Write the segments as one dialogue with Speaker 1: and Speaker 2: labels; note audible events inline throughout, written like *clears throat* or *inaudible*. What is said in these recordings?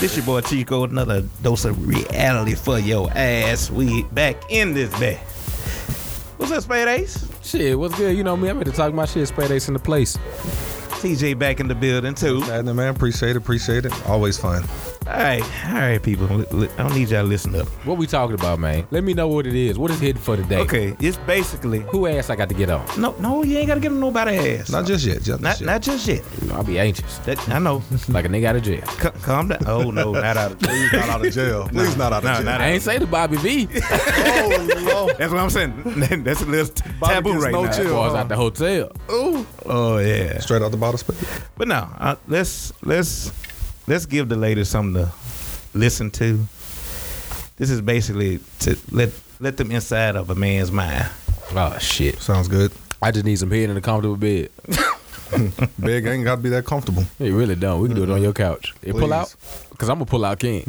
Speaker 1: This your boy Chico, another dose of reality for your ass. We back in this bag. What's up, Spade Ace?
Speaker 2: Shit, what's good? You know me, I'm here to talk my shit. Spray Ace in the place.
Speaker 1: TJ back in the building too. All
Speaker 3: Nah, nah, man, appreciate it, appreciate it. Always fun.
Speaker 1: right, all right, people. Li- li- I don't need y'all to listen up.
Speaker 2: What we talking about, man? Let me know what it is. What is hidden for today?
Speaker 1: Okay, it's basically
Speaker 2: Who ass I got to get on?
Speaker 1: no, no. You ain't gotta give them nobody ass.
Speaker 3: Not just yet, just
Speaker 1: not,
Speaker 3: yet.
Speaker 1: not just yet.
Speaker 2: You know, I'll be
Speaker 3: *laughs*
Speaker 2: anxious,
Speaker 1: That, I know.
Speaker 2: like a nigga out of jail.
Speaker 1: C- calm down. Oh no, not out of.
Speaker 3: *laughs* Please not out of jail. Please not out
Speaker 1: *laughs*
Speaker 3: of
Speaker 1: No,
Speaker 3: *laughs* jail.
Speaker 1: not
Speaker 2: I ain't say the Bobby
Speaker 3: *laughs*
Speaker 2: V.
Speaker 3: oh Lord.
Speaker 1: That's what I'm saying. *laughs* That's a little t-
Speaker 3: Bobby
Speaker 1: taboo
Speaker 3: gets
Speaker 1: right
Speaker 3: no
Speaker 1: now.
Speaker 3: chill.
Speaker 2: Boys out the hotel.
Speaker 1: Ooh. Oh yeah.
Speaker 3: Straight out the bottle spit.
Speaker 1: But no, uh, let's let's let's give the ladies something to listen to. This is basically to let let them inside of a man's mind.
Speaker 2: Oh shit!
Speaker 1: *laughs*
Speaker 3: Sounds good.
Speaker 2: I just need some head in a comfortable bed.
Speaker 3: Big ain't got to be that comfortable.
Speaker 2: It really don't. We can do it on your couch. It pull
Speaker 3: Please.
Speaker 2: out, cause I'm a pull out
Speaker 3: *laughs*
Speaker 2: king.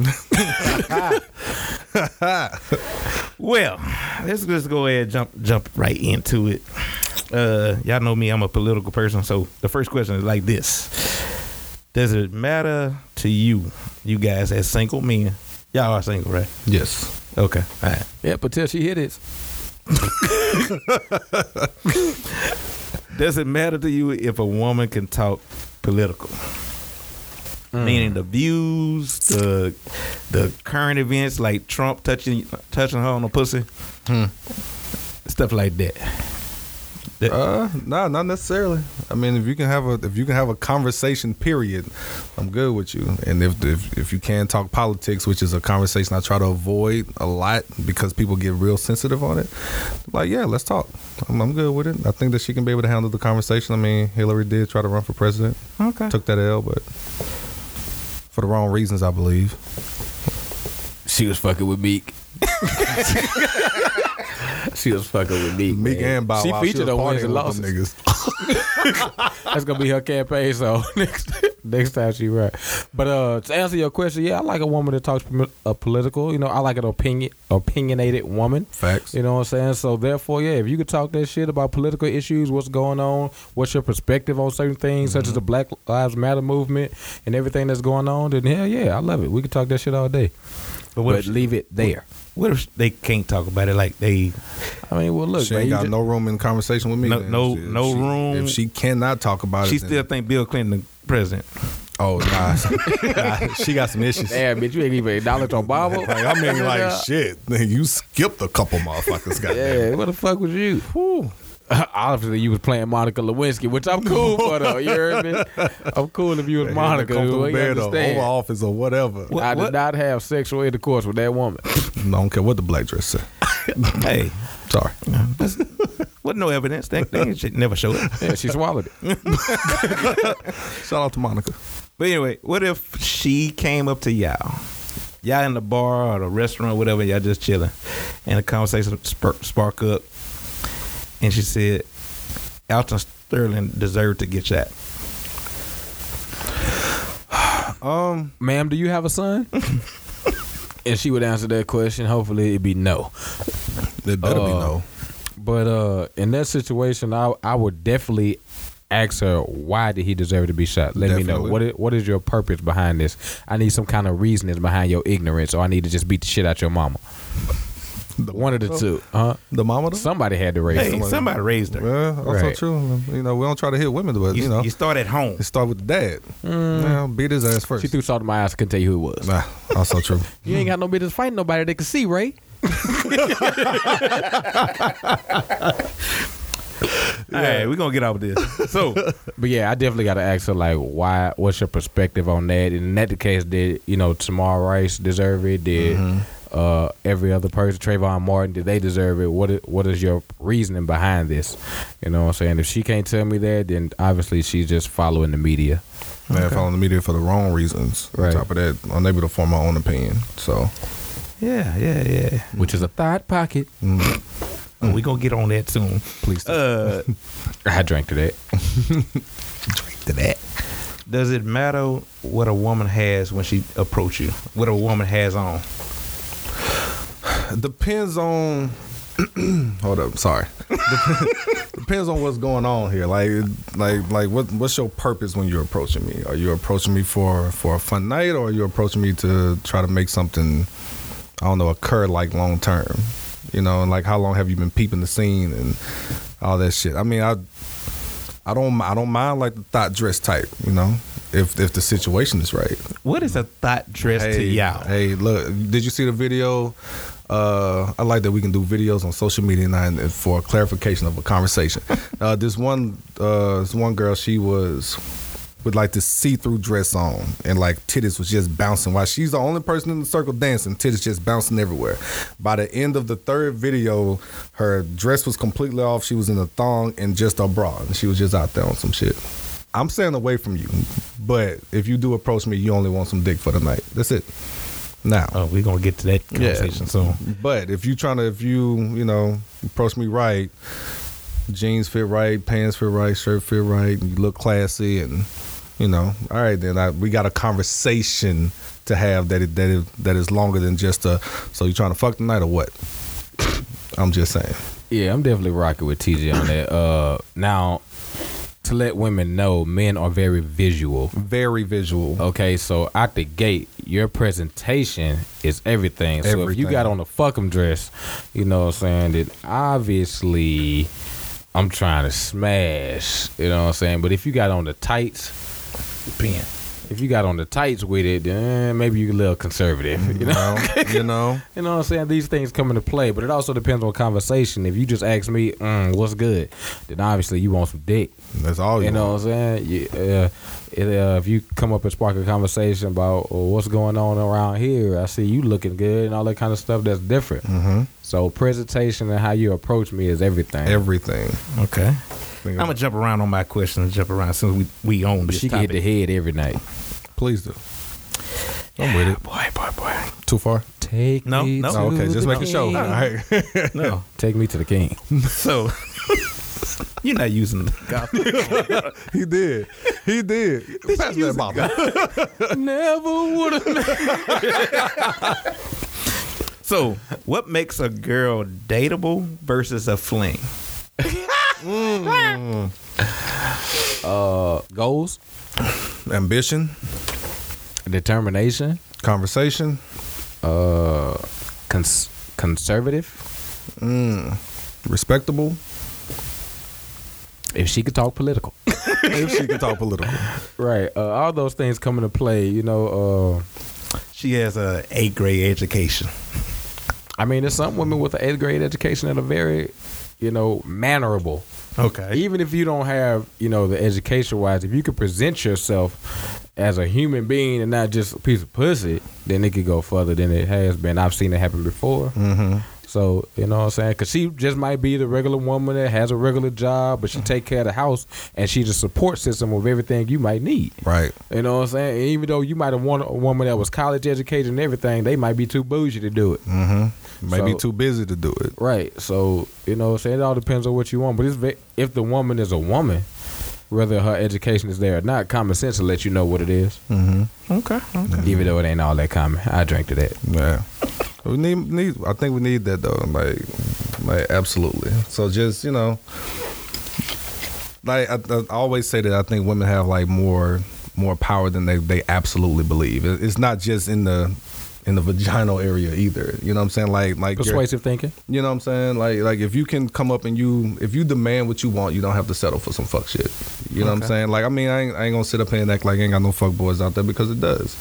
Speaker 1: Well, let's just go ahead and jump jump right into it. Uh, y'all know me; I'm a political person. So the first question is like this: Does it matter to you, you guys, as single men? Y'all are single, right?
Speaker 3: Yes.
Speaker 1: Okay, all right.
Speaker 2: yeah, but till she hit it,
Speaker 1: Does it matter to you if a woman can talk political? Meaning the views, the the current events like Trump touching touching her on the pussy, stuff like that. That-
Speaker 3: Uh, nah, not necessarily. I mean, if you can have a if you can have a conversation, period, I'm good with you. And if if, if you can talk politics, which is a conversation I try to avoid a lot because people get real sensitive on it. Like, yeah, let's talk. I'm, I'm good with it. I think that she can be able to handle the conversation. I mean, Hillary did try to run for president.
Speaker 1: okay.
Speaker 3: took that L, but for the wrong reasons, I believe.
Speaker 2: she was fucking with
Speaker 3: *laughs*
Speaker 2: Meek. she was fucking with Meek.
Speaker 3: Meek
Speaker 2: man.
Speaker 3: and Bow
Speaker 2: She
Speaker 3: Wow.
Speaker 2: featured
Speaker 3: was
Speaker 2: on
Speaker 3: partying
Speaker 2: wins and
Speaker 3: with them
Speaker 2: losses.
Speaker 3: Niggas.
Speaker 2: That's gonna be her campaign. So *laughs* next next time she right. But uh, to answer your question, yeah, I like a woman that talks poli- uh, political. You know, I like an opinion opinionated woman.
Speaker 3: Facts.
Speaker 2: You know what I'm saying? So therefore, yeah, if you could talk that shit about political issues, what's going on, what's your perspective on certain things, such
Speaker 3: Mm-hmm.
Speaker 2: as the Black Lives Matter movement and everything that's going on, then hell yeah, I love it. We could talk that shit all day,
Speaker 1: But what
Speaker 2: but
Speaker 1: if,
Speaker 2: leave it there.
Speaker 1: what if they can't talk about it? Like they
Speaker 2: I mean, well, look,
Speaker 3: she
Speaker 2: man,
Speaker 3: ain't
Speaker 2: you
Speaker 3: got
Speaker 2: ju-
Speaker 3: no room in conversation with me.
Speaker 1: No-
Speaker 3: then.
Speaker 1: no-
Speaker 3: If
Speaker 1: no
Speaker 3: she-
Speaker 1: room.
Speaker 3: If she cannot talk about
Speaker 1: She
Speaker 3: it,
Speaker 1: still
Speaker 3: then-
Speaker 1: think Bill Clinton the president.
Speaker 3: Oh *laughs* nah, nah, she got some
Speaker 2: *laughs*
Speaker 3: issues.
Speaker 2: damn, bitch, you ain't even acknowledged Obama.
Speaker 3: *laughs* Like,
Speaker 2: *laughs*
Speaker 3: I mean, like shit. You skipped a couple motherfuckers. Goddamn.
Speaker 2: Yeah, what the fuck was you? *laughs* Obviously, you was playing Monica Lewinsky, which I'm cool for though. You heard me? I'm cool if you was Monica.
Speaker 3: comfortable Oh,
Speaker 2: We
Speaker 3: bed or
Speaker 2: understand.
Speaker 3: Oval Office or whatever.
Speaker 1: What-
Speaker 2: I did not have sexual intercourse with that woman.
Speaker 3: I don't care what the black dress said.
Speaker 1: hey,
Speaker 3: Sorry.
Speaker 1: what? No evidence. That they should never show it.
Speaker 2: Yeah, she swallowed it.
Speaker 3: Shout out to Monica.
Speaker 1: But anyway, what if she came up to y'all? Y'all in the bar or the restaurant, whatever. Y'all just chilling, and the conversation spark, spark up, and she said, "Alton Sterling deserved to get shot."
Speaker 3: Um,
Speaker 2: Ma'am, do you have a son? and she would answer that question. Hopefully, it'd be no.
Speaker 3: it better be
Speaker 2: Uh,
Speaker 3: no.
Speaker 2: But uh, in that situation, I I would definitely ask her why did he deserve to be shot. Let me know
Speaker 3: Definitely.
Speaker 2: what is, what is your purpose behind this. I need some kind of reasoning behind your ignorance, or I need to just beat the shit out your mama.
Speaker 3: The
Speaker 2: One of the two, huh?
Speaker 3: The mama. though?
Speaker 2: Somebody had to raise
Speaker 1: Hey,
Speaker 2: him.
Speaker 1: somebody, raised her.
Speaker 3: Yeah, also
Speaker 2: Right.
Speaker 3: true. You know, we don't try to hit women, but
Speaker 1: you,
Speaker 3: you, know,
Speaker 1: you start at home.
Speaker 3: It start with the dad. Yeah, beat his ass first.
Speaker 2: She threw salt in my eyes. Couldn't tell you who it was.
Speaker 3: nah, also true.
Speaker 2: *laughs* You ain't got no business fighting nobody that can see, right?
Speaker 1: All right, we're gonna get out of this. So,
Speaker 2: But yeah, I definitely got to ask her like, why? What's your perspective on that? And in that case, did you know Tamar Rice deserve it? Did uh, every other person, Trayvon Martin, did they deserve it? What i- What is your reasoning behind this? You know what I'm saying? If she can't tell me that, then obviously she's just following the media.
Speaker 3: Man, following the media for the wrong reasons.
Speaker 2: Right.
Speaker 3: On top of that, unable to form my own opinion. So
Speaker 1: *laughs* yeah, yeah, yeah.
Speaker 2: Which is a thought pocket.
Speaker 1: We're gonna get on that soon.
Speaker 3: please do.
Speaker 1: Uh,
Speaker 2: I drank to that.
Speaker 3: to that.
Speaker 1: does it matter what a woman has when she approach you? What a woman has on?
Speaker 3: *clears throat* Depends on. hold up. Sorry. Dep- *laughs* depends on what's going on here. Like, like, like, what what's your purpose when you're approaching me? Are you approaching me for for a fun night, or are you approaching me to try to make something? I don't know, occur like long term. You know, and like how long have you been peeping the scene and all that shit. I mean, I I don't I don't mind like the thought dress type. You know, if if the situation is right.
Speaker 1: What is a thought dress to y'all?
Speaker 3: Hey, look, did you see the video? Uh, I like that we can do videos on social media now and, and for clarification of
Speaker 1: *laughs*
Speaker 3: a conversation. uh, this one, uh, this one girl, she was with like this see-through dress on and like titties was just bouncing while she's the only person in the circle dancing titties just bouncing everywhere by the end of the third video her dress was completely off she was in a thong and just a bra and she was just out there on some shit i'm staying away from you but if you do approach me you only want some dick for the night that's it now
Speaker 1: Oh, we're gonna get to that conversation soon.
Speaker 3: but if you trying to, if you, you know, approach me right, jeans fit right, pants fit right, shirt fit right, and you look classy, and you know, all right, then I, we got a conversation to have that it, that it, that is longer than just a. So you trying to fuck tonight or what? I'm just saying.
Speaker 2: Yeah, I'm definitely rocking with TJ on that. Uh, now, to let women know, men are very visual.
Speaker 3: Very visual.
Speaker 2: Okay, so out the gate, your presentation is everything. So if you
Speaker 3: Everything.
Speaker 2: got on a fuck'em dress, you know what I'm saying, that obviously I'm trying to smash. You know what I'm saying? But if you got on the tights,
Speaker 1: Ben.
Speaker 2: if you got on the tights with it, then maybe you're a little conservative. *laughs* You
Speaker 3: You
Speaker 2: know?
Speaker 3: *laughs* know, you know,
Speaker 2: You know what I'm saying? These things come into play, but it also depends on conversation. If you just ask me, mm, "What's good?" then obviously you want some dick.
Speaker 3: that's all Oh, you,
Speaker 2: You
Speaker 3: know.
Speaker 2: know what I'm saying? You, uh, it, uh, if you come up and spark a conversation about oh, what's going on around here, I see you looking good and all that kind of stuff. That's different.
Speaker 3: hmm
Speaker 2: So presentation and how you approach me is everything.
Speaker 3: Everything.
Speaker 1: Okay.
Speaker 3: Think
Speaker 1: I'm
Speaker 3: about-
Speaker 1: gonna jump around on my question and jump around since we we own
Speaker 2: but
Speaker 1: this
Speaker 2: she can hit
Speaker 1: topic.
Speaker 2: the head every night.
Speaker 3: Please do.
Speaker 1: I'm with it. Boy, boy, boy.
Speaker 3: Too far?
Speaker 2: Take
Speaker 1: No,
Speaker 2: me
Speaker 1: no.
Speaker 2: to
Speaker 3: No, Oh, okay.
Speaker 2: the
Speaker 3: Just making sure. All
Speaker 2: king.
Speaker 3: right.
Speaker 1: No.
Speaker 2: Take me to the
Speaker 3: *laughs*
Speaker 2: king.
Speaker 1: so *laughs* you're not using the *laughs* golf.
Speaker 3: he did. He did. *laughs* Pass me that bottle.
Speaker 2: Never would have.
Speaker 1: So what makes a girl dateable versus a fling?
Speaker 2: Uh, goals,
Speaker 3: Ambition,
Speaker 2: determination.
Speaker 3: conversation.
Speaker 2: uh cons- conservative.
Speaker 3: Mm. Respectable.
Speaker 2: If she could talk political,
Speaker 3: if she can talk political.
Speaker 2: *laughs* right? Uh, all those things come into play. You know,
Speaker 1: She has a eighth grade education.
Speaker 2: uh, I mean, there's some women with an eighth grade education that are very, you know, mannerable.
Speaker 1: Okay.
Speaker 2: Even if you don't have, you know, the education wise, if you could present yourself as a human being and not just a piece of pussy, then it could go further than it has been. I've seen it happen before.
Speaker 3: Mm-hmm.
Speaker 2: So you know what I'm saying? Because she just might be the regular woman that has a regular job, but she
Speaker 3: Mm-hmm.
Speaker 2: take care of the house and she's a support system of everything you might need.
Speaker 3: Right.
Speaker 2: You know what I'm saying? And even though you might have wanted a woman that was college educated and everything, they might be too bougie to do it.
Speaker 3: Mm-hmm. Maybe
Speaker 2: So-
Speaker 3: too busy to do it.
Speaker 2: Right. So you know what I'm saying? It all depends on what you want. But it's, ve- if the woman is a woman, whether her education is there or not, common sense will let you know what it is.
Speaker 3: Mm-hmm.
Speaker 1: Okay. Okay.
Speaker 2: Even though it ain't all that common, I drink to that.
Speaker 3: Yeah. We need, need. I think we need that though. Like, like absolutely. So just you know, like I, I always say that I think women have like more more power than they they absolutely believe. It- It's not just in the in the vaginal area either. You know what I'm saying? Like like your-
Speaker 2: Persuasive thinking.
Speaker 3: You know what I'm saying? Like like if you can come up and you if you demand what you want, you don't have to settle for some fuck shit. You know what I'm
Speaker 1: Okay.
Speaker 3: saying? Like I mean, I ain't, I ain't gonna sit up here and act like I ain't got no fuck boys out there because it does.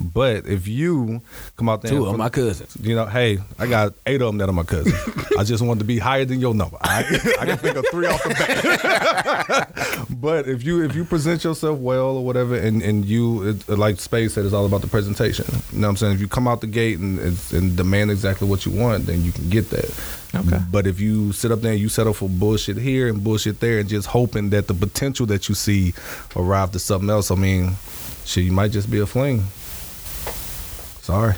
Speaker 3: But if you come out there,
Speaker 2: Two
Speaker 3: and
Speaker 2: of
Speaker 3: fuck-
Speaker 2: my cousins.
Speaker 3: you know, hey, I got eight of them that are my *laughs* cousins. I just wanted to be higher than your number. I, *laughs* I can pick up three off the bat. *laughs* but if you if you present yourself well or whatever, and and you it, like Space said, it's all about the presentation. You know what I'm saying? If you come out the gate and and- and demand exactly what you want, then you can get that.
Speaker 1: Okay.
Speaker 3: But if you sit up there and you settle for bullshit here and bullshit there, and just hoping that the potential that you see arrived to something else, I mean, shit, you might just be a fling. Sorry.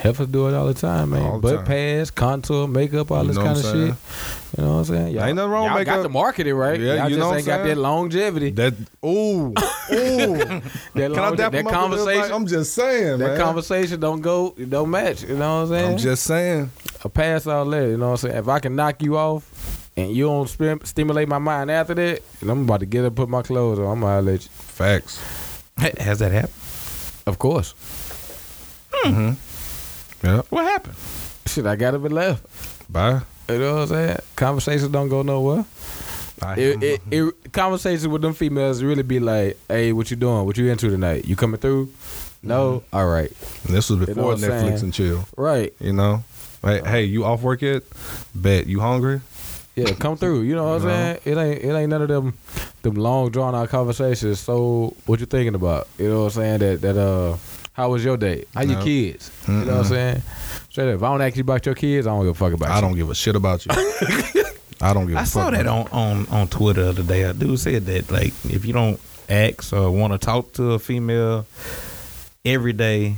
Speaker 2: Heifers do it all the time, man.
Speaker 3: All the
Speaker 2: Butt
Speaker 3: time.
Speaker 2: pads, contour, makeup, all
Speaker 3: You
Speaker 2: this
Speaker 3: know
Speaker 2: kind
Speaker 3: what
Speaker 2: of
Speaker 3: I'm saying?
Speaker 2: shit. You know what I'm saying?
Speaker 3: Ain't nothing wrong with
Speaker 2: y'all got
Speaker 3: makeup.
Speaker 2: the marketing right.
Speaker 3: Yeah,
Speaker 2: y'all
Speaker 3: you
Speaker 2: just
Speaker 3: know what
Speaker 2: ain't
Speaker 3: I'm
Speaker 2: got
Speaker 3: saying?
Speaker 2: that longevity. That,
Speaker 3: That
Speaker 2: *laughs*
Speaker 3: ooh ooh. Can I
Speaker 2: longe-
Speaker 3: dap
Speaker 2: that
Speaker 3: him up a little bit?
Speaker 2: conversation.
Speaker 3: I'm just saying,
Speaker 2: that
Speaker 3: man.
Speaker 2: conversation don't go, it don't match. You know what I'm saying?
Speaker 3: I'm just saying.
Speaker 2: a pass out later. You know what I'm saying? If I can knock you off, and you don't stim- stimulate my mind after that, and I'm about to get up, and put my clothes on. I'm gonna holler at you.
Speaker 3: Facts.
Speaker 1: Has that happened?
Speaker 2: Of course. *laughs*
Speaker 3: Yep.
Speaker 1: What happened?
Speaker 2: Shit, I got up and left.
Speaker 3: Bye.
Speaker 2: You know what I'm saying? Conversations don't go nowhere.
Speaker 3: Bye.
Speaker 2: It, it, it, conversations with them females really be like, "Hey, what you doing? What you into tonight? You coming through? No, All right,
Speaker 3: this
Speaker 2: you
Speaker 3: was
Speaker 2: know
Speaker 3: before
Speaker 2: what I'm
Speaker 3: Netflix
Speaker 2: saying? Uh-huh.
Speaker 3: and chill.
Speaker 2: right,
Speaker 3: You know, hey, hey, you off work yet? Bet you hungry?
Speaker 2: yeah,
Speaker 3: *laughs*
Speaker 2: come through. You know what
Speaker 3: No.
Speaker 2: I'm saying? It ain't it ain't none of them them long drawn out conversations. So what you thinking about? You know what I'm saying? That that uh, how was your day? How your
Speaker 3: No.
Speaker 2: kids? You know what I'm saying? Straight up, if I don't ask you about your kids, I don't give a fuck about.
Speaker 3: I
Speaker 2: you.
Speaker 3: don't give a
Speaker 2: *laughs*
Speaker 3: shit about you. I don't give. a
Speaker 1: I saw
Speaker 3: fuck
Speaker 1: that
Speaker 3: about
Speaker 1: on, on, on Twitter the other day. A dude said that like if you don't ask or want to talk to a female every day,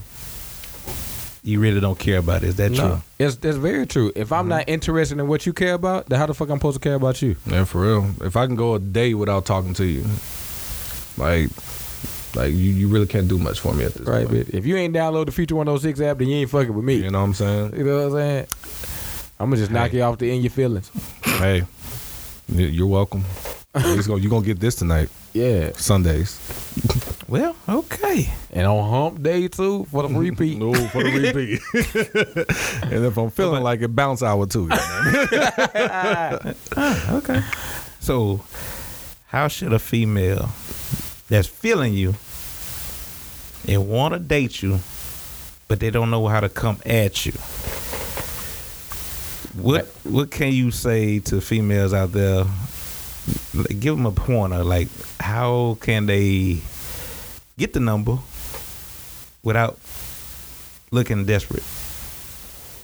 Speaker 1: you really don't care about it. Is that
Speaker 2: No,
Speaker 1: true?
Speaker 2: it's that's very true. If
Speaker 3: Mm-hmm.
Speaker 2: I'm not interested in what you care about, then how the fuck I'm supposed to care about you?
Speaker 3: you. Yeah, for real. If I can go a day without talking to you, like, like you, you really can't do much for me at this
Speaker 2: Right,
Speaker 3: point.
Speaker 2: bitch. If you ain't download the Future 106 app, then you ain't fucking with me.
Speaker 3: You know what I'm saying?
Speaker 2: You know what I'm saying? I'm gonna just knock you off the end your feelings.
Speaker 3: hey, y- you're welcome. He's gonna, you gonna get this tonight,
Speaker 2: Yeah,
Speaker 3: Sundays.
Speaker 1: Well, okay.
Speaker 2: and on hump day too for the
Speaker 3: *laughs*
Speaker 2: repeat.
Speaker 3: No, for the repeat. *laughs* and if I'm feeling like it, bounce hour too.
Speaker 1: Okay. So, how should a female that's feeling you and want to date you, but they don't know how to come at you? What what can you say to females out there? Like, Give them a pointer. Like, how can they get the number without looking desperate?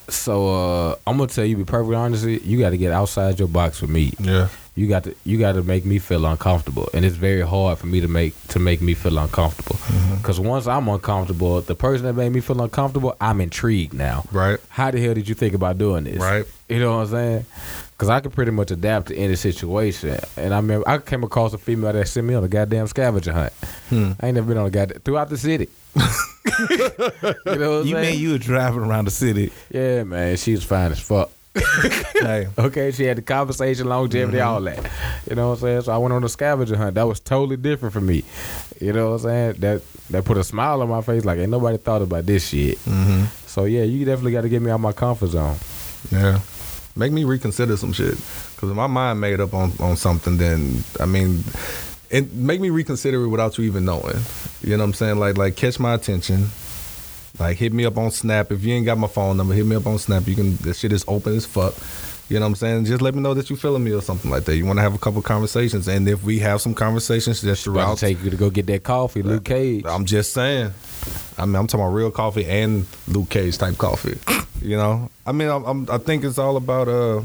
Speaker 2: So uh, I'm gonna tell you, be perfectly honest, with you, you got to get outside your box with me.
Speaker 3: yeah.
Speaker 2: You got to you got to make me feel uncomfortable, and it's very hard for me to make to make me feel uncomfortable. Because once I'm uncomfortable, the person that made me feel uncomfortable, I'm intrigued now.
Speaker 3: Right.
Speaker 2: How the hell did you think about doing this?
Speaker 3: Right.
Speaker 2: You know what I'm saying? Because I could pretty much adapt to any situation. And I remember I came across a female that sent me on a goddamn scavenger hunt. I ain't never been on a goddamn throughout the city. *laughs* you know what I'm
Speaker 1: You
Speaker 2: saying?
Speaker 1: mean you were driving around the city?
Speaker 2: yeah, man, she was fine as fuck.
Speaker 3: Hey.
Speaker 2: Okay, she had the conversation, longevity, all
Speaker 3: Mm-hmm.
Speaker 2: that. You know what I'm saying? So I went on a scavenger hunt. That was totally different for me. You know what I'm saying? That that put a smile on my face. Like ain't nobody thought about this shit.
Speaker 3: Mm-hmm.
Speaker 2: So yeah, you definitely got to get me out my comfort zone.
Speaker 3: Yeah. Make me reconsider some shit. Because if my mind made up on, on something, then, I mean, it make me reconsider it without you even knowing. You know what I'm saying? Like, like catch my attention. Like, hit me up on Snap. If you ain't got my phone number, hit me up on Snap. You can, this shit is open as fuck. You know what I'm saying? Just let me know that you feeling me or something like that. You want to have a couple conversations. And if we have some conversations just
Speaker 2: I'll
Speaker 3: throughout,
Speaker 2: take you to go get that coffee, Luke Cage.
Speaker 3: I'm just saying. I mean, I'm talking about real coffee and Luke Cage
Speaker 2: *laughs*
Speaker 3: type coffee. You know, I mean, I'm, I'm, I think it's all about uh,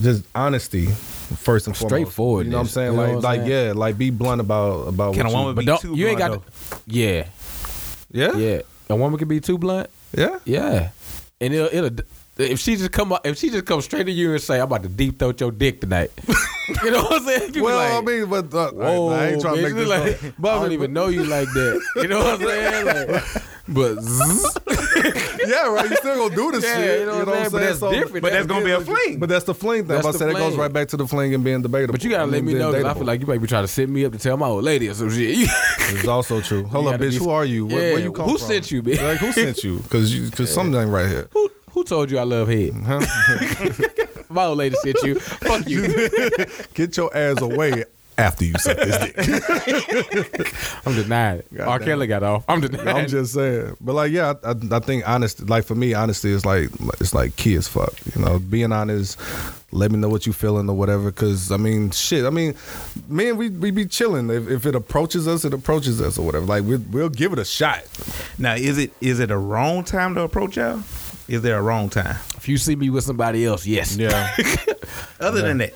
Speaker 3: just honesty first and foremost.
Speaker 2: Straightforwardness.
Speaker 3: You know what I'm saying?
Speaker 2: You know
Speaker 3: like,
Speaker 2: what I'm
Speaker 3: like,
Speaker 2: saying?
Speaker 3: yeah, like be blunt about about.
Speaker 1: Can
Speaker 3: what
Speaker 1: a woman
Speaker 3: you,
Speaker 1: be
Speaker 2: But don't
Speaker 1: too
Speaker 2: you ain't got
Speaker 1: blunt,
Speaker 2: to, yeah,
Speaker 3: Yeah, yeah,
Speaker 2: yeah. A woman can be too blunt.
Speaker 3: yeah.
Speaker 2: Yeah, and it'll, it'll if she just come up, if she just come straight to you and say, "I'm about to deep throat your dick tonight," *laughs* you know what I'm saying? You be
Speaker 3: Well,
Speaker 2: like,
Speaker 3: I mean, but uh,
Speaker 2: Whoa,
Speaker 3: I, I ain't trying to
Speaker 2: bitch,
Speaker 3: make
Speaker 2: you like, *laughs*
Speaker 3: this. no-
Speaker 2: but I don't even know you like that. You know what I'm saying? Like,
Speaker 3: *laughs*
Speaker 2: but zzz,
Speaker 3: yeah, right. You still gonna do this
Speaker 2: Yeah,
Speaker 3: shit.
Speaker 2: you know what I'm saying? But that's different.
Speaker 1: but that's gonna be a fling.
Speaker 3: But that's the fling thing.
Speaker 2: That's
Speaker 3: But I
Speaker 2: the
Speaker 3: said that goes
Speaker 2: fling.
Speaker 3: right back to the fling and being debatable.
Speaker 2: but you gotta
Speaker 3: I
Speaker 2: let
Speaker 3: mean,
Speaker 2: me
Speaker 3: being
Speaker 2: know. 'cause I
Speaker 3: dateable.
Speaker 2: feel like you might be trying to set me up to tell my old lady or some shit. *laughs* You
Speaker 3: It's
Speaker 2: *laughs*
Speaker 3: also true. Hold up,
Speaker 2: gotta
Speaker 3: bitch.
Speaker 2: be-
Speaker 3: Who are you? Where, where
Speaker 2: Yeah,
Speaker 3: you come
Speaker 2: who
Speaker 3: from?
Speaker 2: sent you, bitch?
Speaker 3: Like, who sent you? Because you, cause something right here.
Speaker 2: who who told you I love head? *laughs* my old lady sent you. Fuck
Speaker 3: *laughs*
Speaker 2: you.
Speaker 3: Get your ass away after you suck this dick.
Speaker 2: I'm denying it.
Speaker 3: God
Speaker 2: R.
Speaker 3: damn.
Speaker 2: Kelly got off. I'm denying *laughs*
Speaker 3: I'm
Speaker 2: it.
Speaker 3: just saying. But like, yeah, I, I, I think honesty. Like for me, honesty is like it's like key as fuck. You know, being honest. Let me know what you feeling or whatever. Cause I mean, shit. I mean, man, we we be chilling. If, if it approaches us, it approaches us or whatever. Like we, we'll give it a shot.
Speaker 1: Now, is it is it a wrong time to approach y'all? Is there a wrong time?
Speaker 2: If you see me with somebody else, yes.
Speaker 3: *laughs* Yeah.
Speaker 1: Other than that,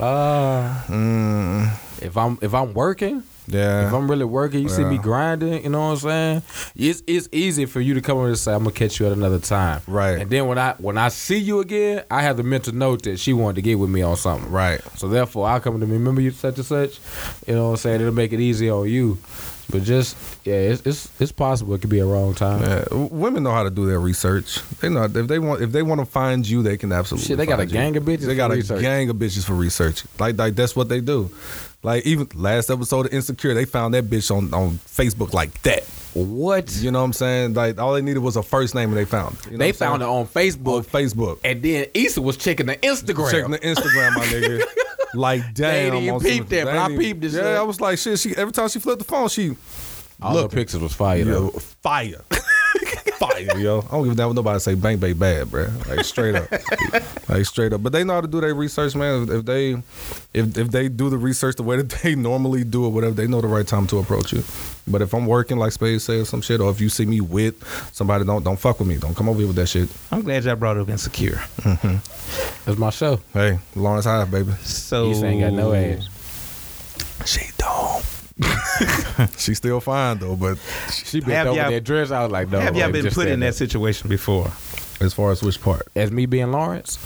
Speaker 2: Uh,
Speaker 3: Mm.
Speaker 2: If I'm if I'm working,
Speaker 3: yeah.
Speaker 2: if I'm really working, you see me
Speaker 3: Yeah.
Speaker 2: grinding. You know what I'm saying? It's it's easy for you to come over and say I'm gonna catch you at another time,
Speaker 3: Right.
Speaker 2: And then when I when I see you again, I have the mental note that she wanted to get with me on something,
Speaker 3: right.
Speaker 2: So therefore, I come to me. Remember you such and such. You know what I'm saying? It'll make it easy on you. But just yeah, it's it's, it's possible it could be a wrong time.
Speaker 3: Yeah, Uh, w- women know how to do their research. They know if they want if they want to find you, they can absolutely.
Speaker 2: Shit, they got a
Speaker 3: find you.
Speaker 2: gang of bitches
Speaker 3: They got
Speaker 2: for
Speaker 3: a
Speaker 2: research.
Speaker 3: gang of bitches for research. Like like that's what they do. Like even last episode of Insecure, they found that bitch on on Facebook like that.
Speaker 2: What
Speaker 3: You know what I'm saying? Like all they needed was a first name, and they found it. You know
Speaker 2: they
Speaker 3: what I'm
Speaker 2: found it
Speaker 3: saying?
Speaker 2: on Facebook,
Speaker 3: Facebook.
Speaker 2: and then Issa was checking the Instagram.
Speaker 3: Checking the Instagram, my
Speaker 2: *laughs*
Speaker 3: nigga. Like
Speaker 2: They
Speaker 3: damn,
Speaker 2: didn't
Speaker 3: on
Speaker 2: peep
Speaker 3: some-
Speaker 2: that,
Speaker 3: they
Speaker 2: but I
Speaker 3: ain't even-
Speaker 2: peeped this
Speaker 3: Yeah,
Speaker 2: shit.
Speaker 3: I was like, shit. She every time she flipped the phone, she
Speaker 2: All
Speaker 3: Look.
Speaker 2: the pictures was fire.
Speaker 3: yo,
Speaker 2: though.
Speaker 3: fire, fire, yo. I don't give a damn what nobody say. Bang, bang, bad, bro. Like straight up, like straight up. But they know how to do their research, man. If they, if if they do the research the way that they *laughs* normally do it, whatever, they know the right time to approach you. But if I'm working, like Spade said, some shit, or if you see me with somebody, don't don't fuck with me. Don't come over here with that shit.
Speaker 1: I'm glad y'all brought up Insecure.
Speaker 2: That's my show.
Speaker 3: Hey, Lawrence Hyde, baby. *laughs*
Speaker 1: So
Speaker 2: Issa ain't got no ass.
Speaker 1: She don't.
Speaker 3: She's still fine though. But
Speaker 2: She bent
Speaker 1: Have
Speaker 2: over
Speaker 1: y'all-
Speaker 2: that dress. I was like, no.
Speaker 1: Have y'all
Speaker 2: like,
Speaker 1: been
Speaker 2: Oh, just
Speaker 1: put in that
Speaker 2: up.
Speaker 1: situation before?
Speaker 3: as far as which part?
Speaker 2: As me being Lawrence.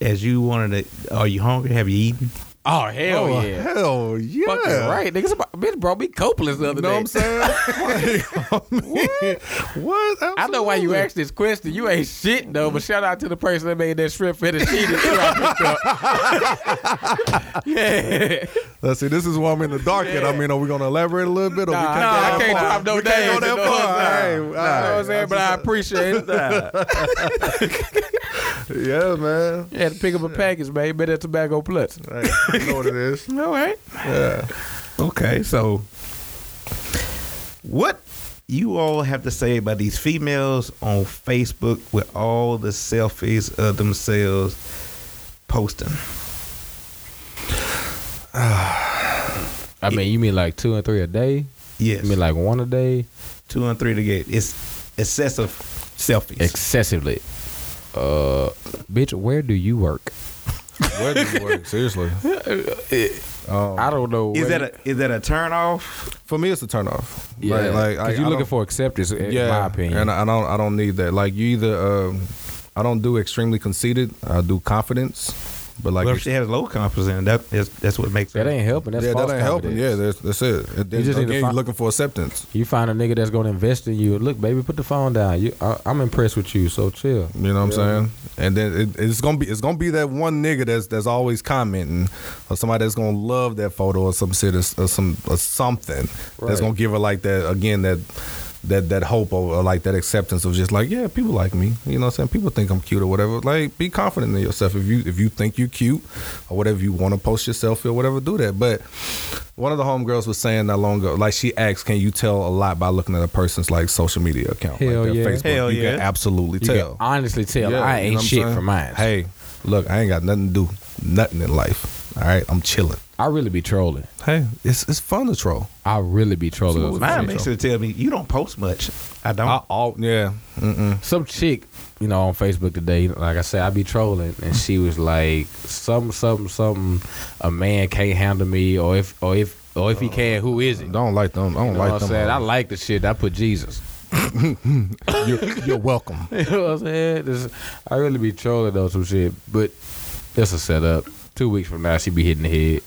Speaker 1: As you wanted to, are you hungry? Have you eaten?
Speaker 2: Oh hell
Speaker 3: oh
Speaker 2: yeah.
Speaker 3: hell yeah!
Speaker 2: Fucking right, niggas. about- Bitch brought me Copeland's the other
Speaker 3: You know
Speaker 2: day.
Speaker 3: what I'm saying?
Speaker 2: *laughs*
Speaker 3: *laughs* what? what?
Speaker 2: I know why you
Speaker 3: Absolutely.
Speaker 2: asked this question. You ain't shit though, but shout out to the person that made that shrimp fettuccine. *laughs* yeah.
Speaker 3: Let's see. This is why I'm in the dark. Yet I mean, are we gonna elaborate a little bit? Or
Speaker 2: Nah,
Speaker 3: we
Speaker 2: nah, I
Speaker 3: can't go that
Speaker 2: can't
Speaker 3: far?
Speaker 2: drop no
Speaker 3: we can't
Speaker 2: names,
Speaker 3: go
Speaker 2: you
Speaker 3: that
Speaker 2: know
Speaker 3: far.
Speaker 2: what I'm
Speaker 3: Hey,
Speaker 2: saying?
Speaker 3: all
Speaker 2: You know what I'm saying?
Speaker 3: right.
Speaker 2: But I appreciate it.
Speaker 3: yeah,
Speaker 2: *laughs*
Speaker 3: man.
Speaker 2: You had to pick up a package, man. You better tobacco plus.
Speaker 3: Hey, you know what it is.
Speaker 2: All right.
Speaker 1: Okay, so what you all have to say about these females on Facebook with all the selfies of themselves posting?
Speaker 2: I mean, you mean like two and three a day?
Speaker 1: Yes,
Speaker 2: You mean like one a day?
Speaker 1: two and three to get. It's excessive selfies.
Speaker 2: Excessively. Uh, bitch, where do you work?
Speaker 3: Where do you work?
Speaker 2: *laughs*
Speaker 3: Seriously. Um,
Speaker 2: I don't know.
Speaker 1: is
Speaker 2: where-
Speaker 1: that a, is that a turn off?
Speaker 3: for me, it's a turnoff.
Speaker 2: yeah?
Speaker 3: Like, like I-
Speaker 2: Cause you
Speaker 3: I
Speaker 2: looking
Speaker 3: don't-
Speaker 2: for acceptance, in my opinion.
Speaker 3: And I don't I don't need that. Like you either um, I don't do extremely conceited. I do confidence. But like
Speaker 1: well, if she has low confidence, in it, that that's, that's what makes
Speaker 2: that
Speaker 1: her-
Speaker 2: ain't helping. That's
Speaker 3: yeah, that
Speaker 2: false
Speaker 3: ain't helping.
Speaker 2: confidence.
Speaker 3: Yeah, that's, that's it. And then
Speaker 2: You just need to
Speaker 3: again, you're
Speaker 2: find-
Speaker 3: looking for acceptance.
Speaker 2: You find a nigga that's gonna invest in you. Look, baby, put the phone down. You, I, I'm impressed with you. So chill.
Speaker 3: You know what I'm saying? And then it, it's gonna be it's gonna be that one nigga that's that's always commenting, or somebody that's gonna love that photo or some shit or, s- or some or something
Speaker 2: Right.
Speaker 3: that's gonna give her like that again that that that hope or, or like that acceptance of just like yeah people like me you know what I'm saying people think I'm cute or whatever like be confident in yourself if you if you think you're cute or whatever you want to post yourself or whatever do that but one of the homegirls was saying not long ago like she asked can you tell a lot by looking at a person's like social media account
Speaker 2: Hell
Speaker 3: like their
Speaker 2: yeah.
Speaker 3: Facebook
Speaker 1: Hell
Speaker 3: you can
Speaker 1: yeah.
Speaker 3: absolutely
Speaker 2: You
Speaker 3: tell
Speaker 2: can honestly tell
Speaker 3: yeah,
Speaker 2: I
Speaker 3: you know
Speaker 2: ain't
Speaker 3: what I'm
Speaker 2: shit
Speaker 3: saying?
Speaker 2: for mine.
Speaker 3: Hey, look, I ain't got nothing to do, nothing in life. All right, I'm chilling.
Speaker 2: I really be trolling.
Speaker 3: Hey, it's it's fun to troll.
Speaker 2: I really be trolling.
Speaker 1: Mine makes her tell me you don't post much. I don't.
Speaker 3: I all yeah. Mm-mm.
Speaker 2: Some chick, you know, on Facebook today, like I said, I be trolling, and she was like, "Something, something, something. A man can't handle me, or if, or if, or if he can, who is it?"
Speaker 3: Don't like them. I don't
Speaker 2: You know
Speaker 3: like
Speaker 2: what I'm
Speaker 3: them.
Speaker 2: saying? I like the shit. I put Jesus. *laughs*
Speaker 3: you're, you're welcome.
Speaker 2: You know what I'm saying? This, I really be trolling though some shit, but that's a setup. Two weeks from now, she be hitting the head.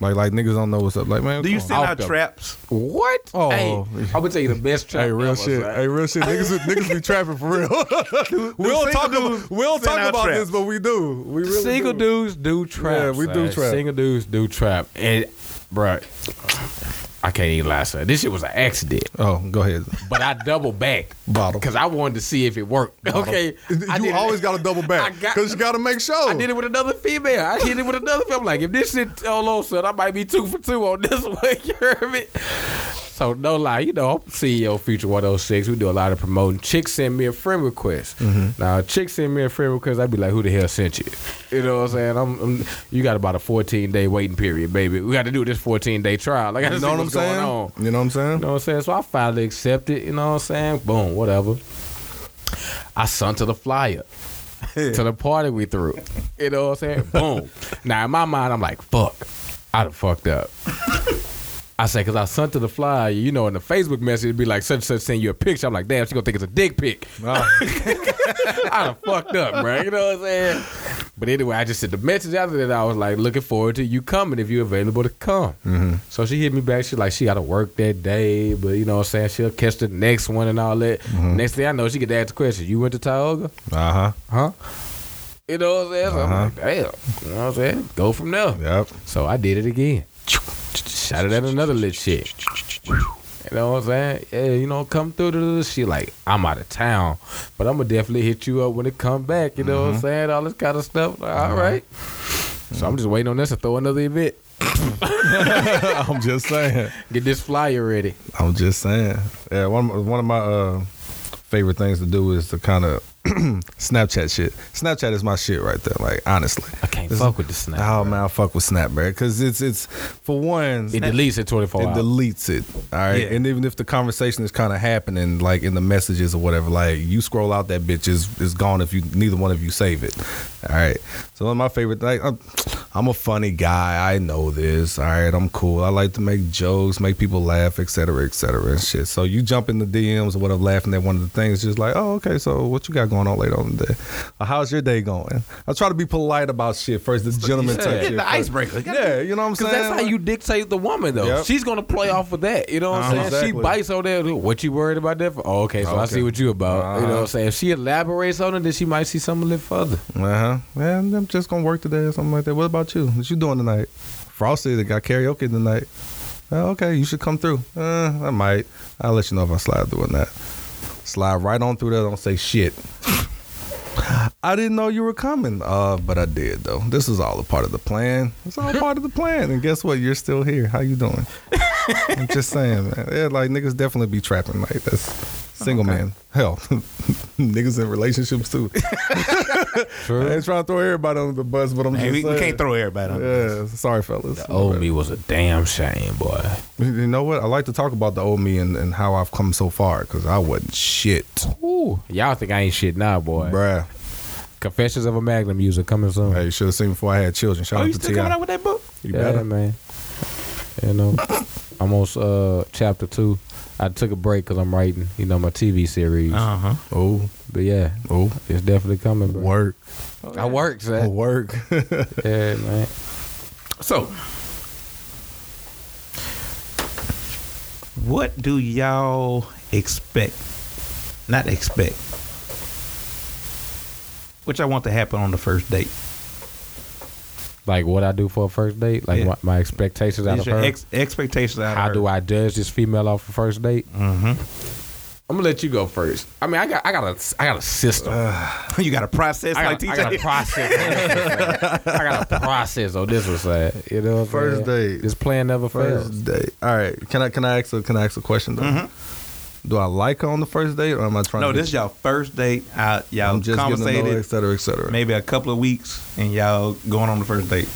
Speaker 3: Like like niggas don't know what's up. Like man,
Speaker 1: Do you
Speaker 3: come
Speaker 1: send
Speaker 3: on.
Speaker 1: out
Speaker 2: Outcome.
Speaker 1: traps?
Speaker 2: What?
Speaker 3: Oh.
Speaker 2: Hey, I'm gonna tell you the best trap.
Speaker 3: Hey, real
Speaker 2: ever,
Speaker 3: shit.
Speaker 2: son.
Speaker 3: Hey, real shit. Niggas,
Speaker 2: *laughs*
Speaker 3: niggas be trapping for real. we
Speaker 1: single
Speaker 3: don't talk
Speaker 1: dudes
Speaker 3: about we
Speaker 1: send
Speaker 3: don't talk
Speaker 1: out
Speaker 3: about
Speaker 1: traps.
Speaker 3: this, but we do. We really
Speaker 2: Single
Speaker 3: do.
Speaker 2: dudes do trap.
Speaker 3: Yeah, we do trap.
Speaker 2: Single dudes do trap, and bruh, I can't even lie, son. This shit was an accident,
Speaker 3: Oh, go ahead.
Speaker 2: but I double back
Speaker 3: Bottle.
Speaker 2: because I wanted to see if it worked. Okay, I
Speaker 3: *laughs* You
Speaker 2: did-
Speaker 3: always got to double
Speaker 2: I
Speaker 3: back
Speaker 2: got-
Speaker 3: because you got to make sure.
Speaker 2: I did it with another female. I hit it with another female. I'm like, if this shit hold on, son, I might be two for two on this *laughs* one. You heard me? So no lie, you know, I'm CEO Future 106. We do a lot of promoting. Chicks send me a friend request.
Speaker 3: Mm-hmm.
Speaker 2: Now, a chick send me a friend request, I'd be like, who the hell sent you? You know what I'm saying? I'm, I'm- you got about a 14 day waiting period, baby. We got to do this 14 day trial. Like, I gotta
Speaker 3: You know
Speaker 2: see
Speaker 3: what I'm
Speaker 2: what's going on.
Speaker 3: saying? You know what I'm saying?
Speaker 2: You know what I'm saying? So I finally accepted, you know what I'm saying? Boom, whatever. I sent to the flyer. to the party we threw. You know what I'm saying? Boom. Now in my mind I'm like, fuck. I done fucked up. I said, because I sent to the fly, you know, in the Facebook message, it'd be like such and such send you a picture. I'm like, damn, she gonna think it's a dick pic. *laughs* I done fucked up, man. You know what I'm saying? But anyway, I just sent the message after that. I was like, looking forward to you coming if you're available to come. So she hit me back. She like, she got to work that day, but you know what I'm saying? She'll catch the next one and all that. Next thing I know, she get to ask the question, you went to Tioga?
Speaker 3: Uh huh.
Speaker 2: Huh? You know what I'm saying? So I'm like, damn. You know what I'm saying? Go from there.
Speaker 3: Yep.
Speaker 2: So I did it again. Shot it at another lit shit. You know what I'm saying? Yeah, you know, come through to this shit. Like, I'm out of town, but I'm going to definitely hit you up when it come back. You know what I'm saying? All this kind of stuff. Like, all right. So I'm just waiting on this to throw another event.
Speaker 3: *laughs* I'm just saying.
Speaker 2: Get this flyer ready.
Speaker 3: I'm just saying. Yeah, one of- one of my uh, favorite things to do is to kind of *clears throat* Snapchat shit. Snapchat is my shit right there. Like honestly,
Speaker 2: I can't
Speaker 3: This-
Speaker 2: fuck with this now.
Speaker 3: oh man, I fuck with Snap, man, because it's it's for one,
Speaker 2: It deletes at 24
Speaker 3: it
Speaker 2: hours.
Speaker 3: deletes it. All right.
Speaker 1: Yeah.
Speaker 3: And even if the conversation is kind of happening, like in the messages or whatever, like you scroll out that bitch is is gone if you neither one of you save it. All right. So one of my favorite like I'm, I'm a funny guy. I know this. All right. I'm cool. I like to make jokes, make people laugh, etc., cetera, etc. Cetera, and shit. So you jump in the DMs or whatever, laughing at one of the things, just like, oh, okay. So what you got going on later on in the day? Or, How's your day going? I try to be polite about shit first. This gentleman
Speaker 2: said.
Speaker 3: type
Speaker 2: Yeah,
Speaker 3: shit.
Speaker 1: the
Speaker 3: first.
Speaker 1: icebreaker. You gotta
Speaker 3: Yeah, you know what I'm saying?
Speaker 2: Because that's how you dictate the woman, though.
Speaker 3: Yep.
Speaker 2: She's gonna play off of that. You know what I'm saying?
Speaker 3: Uh-huh.
Speaker 2: She
Speaker 3: Exactly.
Speaker 2: bites on that. What you worried about that for? Oh, okay, so I
Speaker 3: Okay.
Speaker 2: see what you about. You know what
Speaker 3: Uh-huh.
Speaker 2: I'm saying? If she elaborates on it, then she might see something a little further.
Speaker 3: Uh huh. Man, I'm just gonna work today or something like that. What about you? What you doing tonight? Frosty, they got karaoke tonight. "Oh, okay, you should come through. Uh, I might. I'll let you know if I slide through or not. Slide right on through there. Don't say shit. *laughs* I didn't know you were coming, uh, but I did though. This is all a part of the plan. It's all part of the plan. And guess what? You're still here. How
Speaker 1: *laughs*
Speaker 3: you doing? I'm just saying, man. Yeah, like niggas definitely be trapping. Like that's single man. Hell, *laughs* niggas in
Speaker 1: *laughs*
Speaker 3: relationships too. I ain't trying to throw everybody under the bus, but I'm
Speaker 1: Hey,
Speaker 3: just
Speaker 1: we, we
Speaker 3: saying.
Speaker 1: can't throw everybody on this.
Speaker 3: Yeah, sorry, fellas.
Speaker 2: Oh, me was a damn shame, boy.
Speaker 3: You know what? I like to talk about the old me and, and how I've come so far because I wasn't shit,
Speaker 2: Ooh, y'all think I ain't shit now, boy.
Speaker 3: bruh.
Speaker 2: Confessions of a Magnum user coming soon.
Speaker 3: Hey, you should have seen before I had children. Shout
Speaker 1: Oh, you
Speaker 3: out to
Speaker 1: still
Speaker 3: Ti.
Speaker 1: coming out with that book?
Speaker 3: You
Speaker 2: yeah,
Speaker 3: better.
Speaker 2: man. You know, I'm on uh, chapter two. I took a break because I'm writing, you know, my TV series.
Speaker 1: Uh huh.
Speaker 3: Oh,
Speaker 2: But yeah,
Speaker 3: oh,
Speaker 2: it's definitely coming, bro.
Speaker 3: work,
Speaker 2: I work,
Speaker 3: oh,
Speaker 2: son. *laughs*
Speaker 3: *laughs* work.
Speaker 2: Yeah, man.
Speaker 1: So, what do y'all expect? Not expect. What y'all want to happen on the first date?
Speaker 2: like what I do for a first date, like
Speaker 1: Yeah.
Speaker 2: what my expectations out
Speaker 1: Is
Speaker 2: of
Speaker 1: your
Speaker 2: her.
Speaker 1: ex- expectations out
Speaker 2: How
Speaker 1: of
Speaker 2: do I judge this female off a first date?
Speaker 1: Mm-hmm.
Speaker 2: I'm gonna let you go first. I mean, I got, I got a, I got a system.
Speaker 3: Uh,
Speaker 1: *laughs* you got to process
Speaker 2: I,
Speaker 1: like
Speaker 2: got, I got a
Speaker 1: TJ.
Speaker 3: *laughs*
Speaker 2: process. I got a process on this one, side. You know, what I'm
Speaker 3: First
Speaker 2: saying?
Speaker 3: date.
Speaker 2: This plan never fails.
Speaker 3: First date. All right. Can I can I ask a can I ask a question though? Do I like her on the first date or am I trying?
Speaker 1: Mm-hmm. No,
Speaker 3: to
Speaker 1: this is y'all first date. Out y'all
Speaker 3: I'm just getting to know, her, et
Speaker 1: conversated
Speaker 3: cetera, et cetera.
Speaker 1: maybe a couple of weeks, and y'all going on the first date.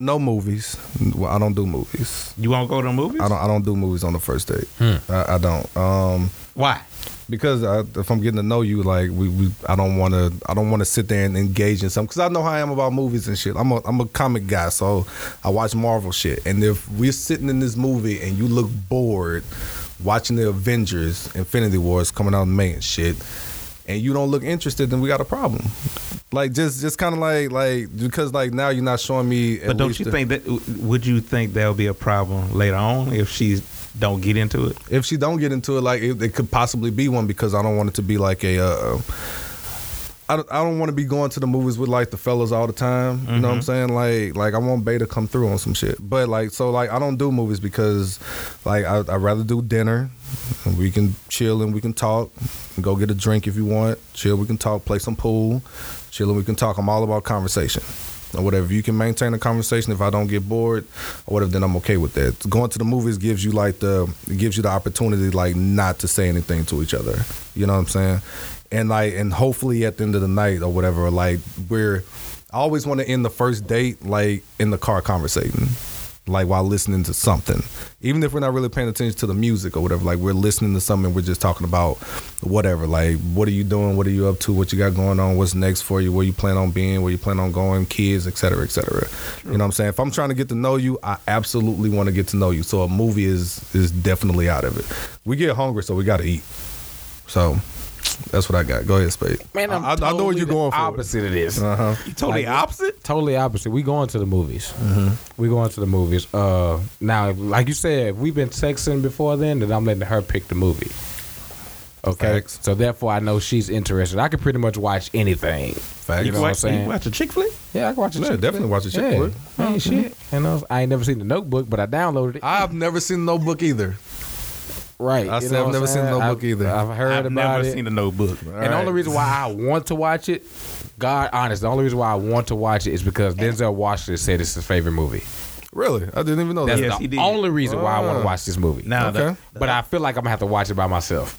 Speaker 3: No movies. Well, I don't do movies.
Speaker 1: You want to go to the movies?
Speaker 3: I don't. I don't do movies on the first date.
Speaker 2: Hmm.
Speaker 3: I, I don't. Um,
Speaker 1: Why?
Speaker 3: because I, if I'm getting to know you, like we, we I don't want to, I don't want to sit there and engage in something because I know how I am about movies and shit. I'm a, I'm a comic guy, so I watch Marvel shit. And if we're sitting in this movie and you look bored watching the Avengers, Infinity Wars coming out in May and shit, and you don't look interested, then we got a problem. Like just, just kind of like, like because like now you're not showing me. at
Speaker 1: But don't
Speaker 3: least
Speaker 1: you
Speaker 3: the-
Speaker 1: think that? Would you think that'll be a problem later on if she don't get into it?
Speaker 3: if she don't get into it, like it, it could possibly be one because I don't want it to be like a. Uh, I don't, I don't want to be going to the movies with like the fellas all the time. You know what I'm saying? Like like I want Bay to come through on some shit. But like so like I don't do movies because like I I rather do dinner. And we can chill and we can talk. Go get a drink if you want. Chill, we can talk. Play some pool. Chill and we can talk. I'm all about conversation. Or whatever. You can maintain a conversation if I don't get bored or whatever, then I'm okay with that. Going to the movies gives you like the it gives you the opportunity like not to say anything to each other. You know what I'm saying? and like and hopefully at the end of the night or whatever like we're i always want to end the first date like in the car conversating like while listening to something. Even if we're not really paying attention to the music or whatever, like we're listening to something, we're just talking about whatever. Like, what are you doing? What are you up to? What you got going on? What's next for you? Where you plan on being? Where you plan on going? Kids, et cetera, et cetera. You know what I'm saying? If I'm trying to get to know you, I absolutely want to get to know you. So a movie is is definitely out of it. We get hungry, so we got to eat. So that's what I got. Go ahead, Spade.
Speaker 2: Man, I'm
Speaker 3: I, I know where
Speaker 2: totally
Speaker 3: you're
Speaker 2: the
Speaker 3: going for.
Speaker 2: Opposite of this.
Speaker 3: Uh huh.
Speaker 1: You totally
Speaker 2: Like-
Speaker 1: opposite.
Speaker 2: Totally opposite. We going to the movies.
Speaker 3: Mm-hmm.
Speaker 2: We going to the movies. Uh, now, like you said, if we've been texting before then, then I'm letting her pick the movie. Okay,
Speaker 3: Facts.
Speaker 2: so therefore I know she's interested. I could pretty much watch anything.
Speaker 3: Facts.
Speaker 2: You
Speaker 1: You, can
Speaker 2: know what I'm
Speaker 1: watch, you
Speaker 2: saying?
Speaker 1: watch a chick flick.
Speaker 2: Yeah, I can watch a
Speaker 3: Yeah,
Speaker 2: chick
Speaker 3: definitely
Speaker 2: flick.
Speaker 3: watch a chick
Speaker 2: yeah.
Speaker 3: flick.
Speaker 2: Ain't shit. You know, I ain't never seen the Notebook, but I downloaded it.
Speaker 3: I've never seen No Book either.
Speaker 2: right.
Speaker 3: I
Speaker 2: you
Speaker 3: said
Speaker 2: know
Speaker 3: I've
Speaker 2: what
Speaker 3: never
Speaker 2: I'm
Speaker 3: seen
Speaker 2: saying?
Speaker 3: Notebook
Speaker 2: I've-
Speaker 3: either.
Speaker 2: I've heard
Speaker 1: I've
Speaker 2: about
Speaker 1: never
Speaker 2: it.
Speaker 1: seen a notebook.
Speaker 2: And the only
Speaker 3: Alright.
Speaker 2: reason why I want to watch it, God honest, the only reason why I want to watch it is because Denzel Washington said it's his favorite movie.
Speaker 3: Really? I didn't even know
Speaker 2: That's
Speaker 3: that.
Speaker 1: Yes, he
Speaker 2: the
Speaker 1: did.
Speaker 2: only reason why I want to
Speaker 3: Ah.
Speaker 2: watch this movie.
Speaker 1: Now, the-
Speaker 3: Okay.
Speaker 2: but I feel like I'm gonna have to watch it by myself.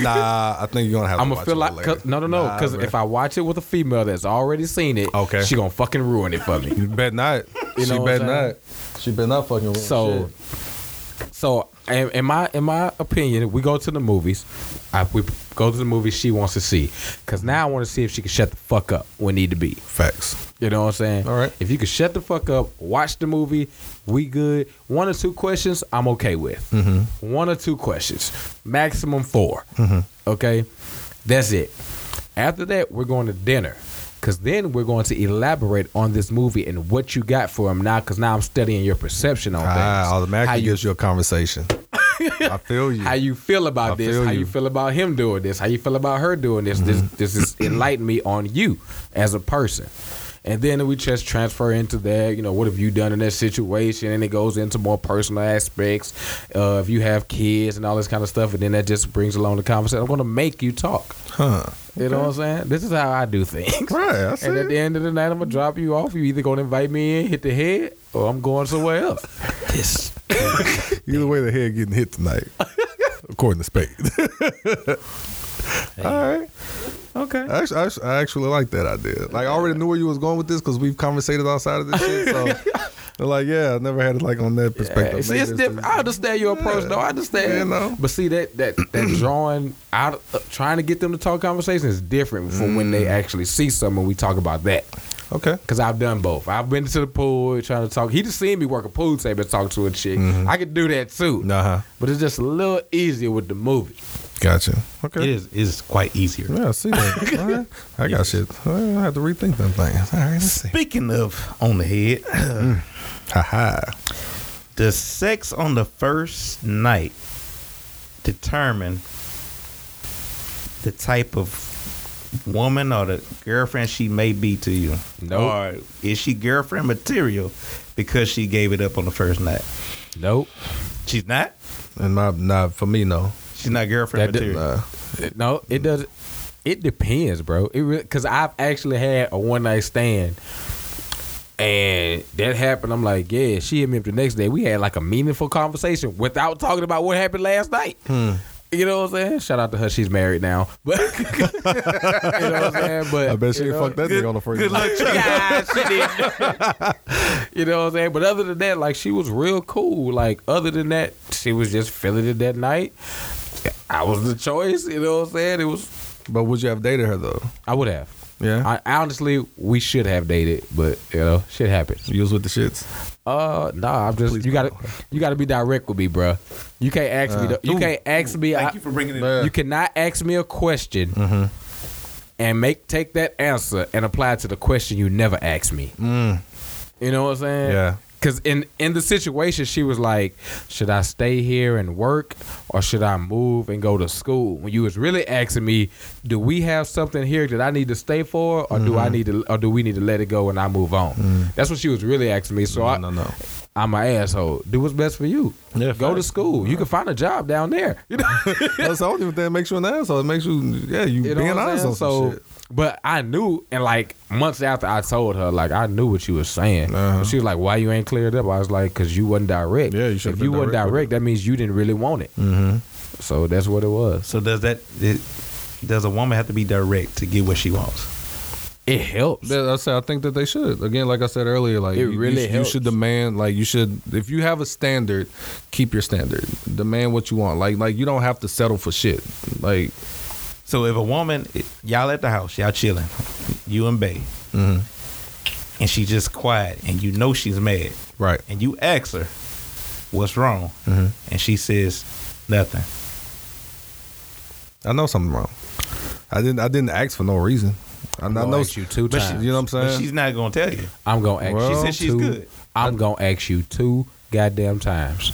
Speaker 3: Nah, I think you're gonna have to.
Speaker 2: I'm gonna
Speaker 3: watch
Speaker 2: feel
Speaker 3: it
Speaker 2: like
Speaker 3: later.
Speaker 2: cause, no, no, no,
Speaker 3: Nah,
Speaker 2: because
Speaker 3: bruh.
Speaker 2: if I watch it with a female that's already seen it,
Speaker 3: Okay.
Speaker 2: she gonna fucking ruin it for
Speaker 3: *laughs*
Speaker 2: me.
Speaker 3: you bet not,
Speaker 2: You
Speaker 3: she
Speaker 2: know what
Speaker 3: bet
Speaker 2: I'm saying?
Speaker 3: not, she bet not fucking. Ruin
Speaker 2: So, so in, in my in my opinion, we go to the movies. I, we go to the movies she wants to see, because now I want to see if she can shut the fuck up when need to be.
Speaker 3: facts.
Speaker 2: You know what I'm saying?
Speaker 3: All right.
Speaker 2: If you can shut the fuck up, watch the movie, we good. One or two questions, I'm okay with.
Speaker 3: Mm-hmm.
Speaker 2: One or two questions, maximum 4 Okay, that's it. After that, we're going to dinner. Cause then we're going to elaborate on this movie and what you got for him now. Cause now I'm studying your perception on
Speaker 3: Ah,
Speaker 2: things, how
Speaker 3: automatically
Speaker 2: you
Speaker 3: gives you a conversation. I feel you.
Speaker 2: Mm. how you feel about
Speaker 3: I
Speaker 2: this,
Speaker 3: feel
Speaker 2: how you.
Speaker 3: you. Mm-hmm.
Speaker 2: feel about him doing this, how you feel about her doing this. This this
Speaker 3: *clears throat*
Speaker 2: is enlighten me on you as a person. And then we just transfer into that, you know, what have you done in that situation? And it goes into more personal aspects. Uh, if you have kids and all this kind of stuff, and then that just brings along the conversation. I'm gonna make you talk.
Speaker 3: huh?
Speaker 2: You know what I'm saying? This is how I do things.
Speaker 3: Right. I see.
Speaker 2: And at the end of the night, I'm gonna drop you off. You either gonna invite me in, hit the head, or I'm going somewhere else. *laughs*
Speaker 1: Piss.
Speaker 3: Either way, the head getting hit tonight, according to Spade. *laughs* All right.
Speaker 1: Okay.
Speaker 3: I actually, I actually- I actually like that idea. Like, I already knew where you was going with this because we've conversated outside of this
Speaker 2: *laughs*
Speaker 3: shit. So, they're like, yeah, I never had it like on that perspective.
Speaker 2: Yeah, see,
Speaker 3: Maybe
Speaker 2: it's
Speaker 3: this
Speaker 2: different.
Speaker 3: is-
Speaker 2: I understand your approach, though. I understand.
Speaker 3: You know?
Speaker 2: But see that that that
Speaker 3: *clears throat*
Speaker 2: drawing out, uh, trying to get them to talk conversation is different from when
Speaker 3: Mm.
Speaker 2: they actually see something. We talk about that
Speaker 3: Okay.
Speaker 2: because I've done both. I've been to the pool trying to talk. He just seen me work a pool table, and talk to a chick.
Speaker 3: Mm-hmm.
Speaker 2: I could do that too.
Speaker 3: Uh huh.
Speaker 2: But it's just a little easier with the movie.
Speaker 3: Gotcha.
Speaker 1: It
Speaker 3: Okay.
Speaker 1: is is quite easier.
Speaker 3: Yeah, I
Speaker 2: *laughs*
Speaker 3: see that. All right. I got shit. All right, I have to rethink them things. All right, let's see.
Speaker 1: Speaking of on the head,
Speaker 3: Ha ha.
Speaker 1: the sex on the first night determine the type of woman or the girlfriend she may be to you.
Speaker 2: Nope.
Speaker 1: Or is she girlfriend material because she gave it up on the first night?
Speaker 2: Nope.
Speaker 1: She's not.
Speaker 3: And my, nah, for me, no.
Speaker 1: She's not
Speaker 2: That
Speaker 1: girlfriend
Speaker 2: did-
Speaker 1: material.
Speaker 3: Nah.
Speaker 2: It- No, it doesn't. It depends, bro. It really because I've actually had a one night stand, and that happened. I'm like, yeah, she hit me up the next day. We had like a meaningful conversation without talking about what happened last night.
Speaker 3: Hmm.
Speaker 2: You know what I'm saying? Shout out to her. She's married now, *laughs* but you know what I'm saying. But
Speaker 3: I bet she
Speaker 2: you
Speaker 3: ain't
Speaker 2: know,
Speaker 3: fucked that nigga on the first
Speaker 1: good
Speaker 3: night.
Speaker 1: luck,
Speaker 3: *laughs*
Speaker 2: yeah, she did. *laughs* you know what I'm saying? But other than that, like she was real cool. Like other than that, she was just feeling it that night. I was the choice. You know what I'm saying? It was.
Speaker 3: But would you have dated her, though?
Speaker 2: I would have.
Speaker 3: Yeah.
Speaker 2: I, honestly, we should have dated, but you know, shit happens.
Speaker 3: you was with the shits.
Speaker 2: Uh, nah, I'm just you gotta you gotta be direct with me, bruh. You can't ask me.
Speaker 3: Uh,
Speaker 2: the- you can't ask me.
Speaker 1: Thank
Speaker 2: I-
Speaker 1: you for bringing it
Speaker 3: Man.
Speaker 1: up.
Speaker 2: you cannot ask me a question
Speaker 3: Mm-hmm.
Speaker 2: and make take that answer and apply it to the question you never asked me. You know what I'm saying?
Speaker 3: Mm. Yeah.
Speaker 2: Cause in in the situation, she was like, "Should I stay here and work, or should I move and go to school?" When you was really asking me, "Do we have something here that I need to stay for, or do
Speaker 3: Mm-hmm.
Speaker 2: I need to, or do we need to let it go and I move on?" That's what she was really asking me. So I,
Speaker 3: Mm. no, no.
Speaker 2: I'm an asshole. Do what's best for you.
Speaker 3: Yeah,
Speaker 2: go to
Speaker 3: facts.
Speaker 2: school. You can find a job down there. You know?
Speaker 3: That's the only thing that makes you an asshole. It makes you, yeah, you,
Speaker 2: You know
Speaker 3: being
Speaker 2: what I'm
Speaker 3: honest
Speaker 2: saying?
Speaker 3: on some
Speaker 2: so,
Speaker 3: shit.
Speaker 2: But I knew, and like months after I told her, like I knew what you was saying.
Speaker 3: Uh-huh.
Speaker 2: She was like, "Why you ain't cleared up?" I was like, "Cause you wasn't direct.
Speaker 3: Yeah, you should've
Speaker 2: If
Speaker 3: been
Speaker 2: you weren't
Speaker 3: direct with
Speaker 2: direct, that means you didn't really want it. Mm-hmm. So that's what it was.
Speaker 1: So does that it, does a woman have to be direct to get what she wants?
Speaker 2: It helps.
Speaker 3: That- I said I think that they should. Again, like I said earlier, like
Speaker 2: It
Speaker 3: you- you,
Speaker 2: really
Speaker 3: sh- you,
Speaker 2: helps.
Speaker 3: should demand like you should if you have a standard, keep your standard. Demand what you want. Like like you don't have to settle for shit. Like
Speaker 1: So if a woman, y'all at the house, y'all chilling, you and Bay, and she just quiet, and you know she's mad,
Speaker 3: right.
Speaker 1: and you ask her, "What's wrong?" and she says, "Nothing."
Speaker 3: I know something wrong. I didn't I didn't ask for no reason. I, I
Speaker 2: I'm gonna
Speaker 3: know
Speaker 2: ask you two
Speaker 3: but she-
Speaker 2: times.
Speaker 3: You know what I'm
Speaker 1: But
Speaker 3: saying?
Speaker 1: she's not gonna tell you.
Speaker 2: I'm gonna ask
Speaker 3: Well-
Speaker 2: you.
Speaker 3: She
Speaker 1: said she's
Speaker 2: two,
Speaker 1: good.
Speaker 2: I'm gonna ask you two goddamn times.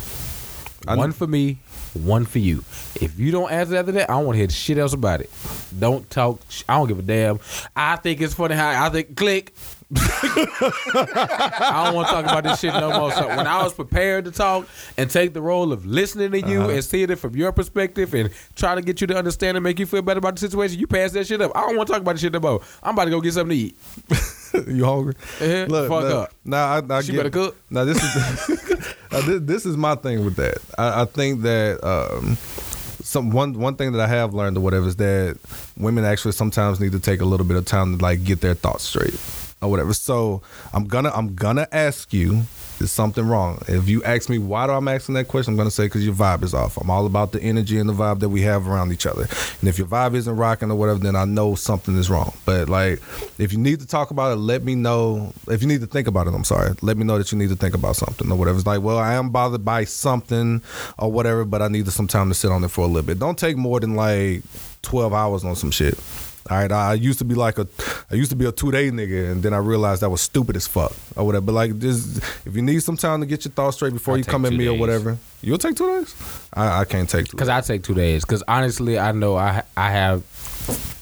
Speaker 3: I-
Speaker 2: one for me, one for you. If you don't answer after that, I don't want to hear shit else about it. Don't talk. sh- I don't give a damn. I think it's funny how I think click. *laughs* I don't want to talk about this shit no more. So when I was prepared to talk and take the role of listening to
Speaker 1: Uh-huh.
Speaker 2: you and seeing it from your perspective and try to get you to understand and make you feel better about the situation, you pass that shit up. I don't want to talk about this shit no more. I'm about to go get something to eat.
Speaker 3: *laughs* you hungry?
Speaker 2: Eh, fuck
Speaker 3: look,
Speaker 2: up.
Speaker 3: Nah, I, I
Speaker 2: She
Speaker 3: get,
Speaker 2: better cook.
Speaker 3: Now this is *laughs* now, this, this is my thing with that. I, I think that um, some one one thing that I have learned or whatever is that women actually sometimes need to take a little bit of time to like get their thoughts straight or whatever. So I'm gonna I'm gonna ask you. Is something wrong? If you ask me why do I'm asking that question, I'm gonna say because your vibe is off. I'm all about the energy and the vibe that we have around each other. And if your vibe isn't rocking or whatever, then I know something is wrong. But like, if you need to talk about it, let me know. If you need to think about it, I'm sorry. Let me know that you need to think about something or whatever. It's like, well, I am bothered by something or whatever, but I needed some time to sit on it for a little bit. Don't take more than like 12 hours on some shit. All right, I I used to be like a, I used to be a two day nigga, and then I realized that was stupid as fuck or whatever. But like, this, if you need some time to get your thoughts straight before
Speaker 2: I'll
Speaker 3: you
Speaker 2: take
Speaker 3: come at
Speaker 2: two
Speaker 3: me or
Speaker 2: days.
Speaker 3: whatever, you'll take two days. I, I can't take two.
Speaker 2: Because I take two days. Because honestly, I know I I have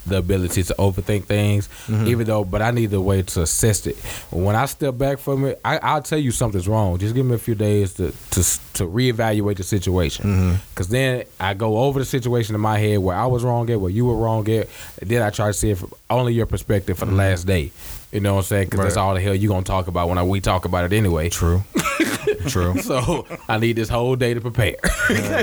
Speaker 2: the ability to overthink things,
Speaker 3: Mm-hmm.
Speaker 2: even though. But I need a way to assess it. When I step back from it, I, I'll tell you something's wrong. Just give me a few days to to s- to reevaluate the
Speaker 3: Mm-hmm.
Speaker 2: situation. Because then I go over the situation in my head where I was wrong at, where you were wrong at. and then I try to see it from only your perspective for the last day. You know what I'm saying? Because that's
Speaker 3: Mm-hmm. Right.
Speaker 2: all the hell you gonna talk about when I, we talk about it anyway.
Speaker 3: True. True.
Speaker 2: *laughs* So I need this whole day to prepare.
Speaker 3: I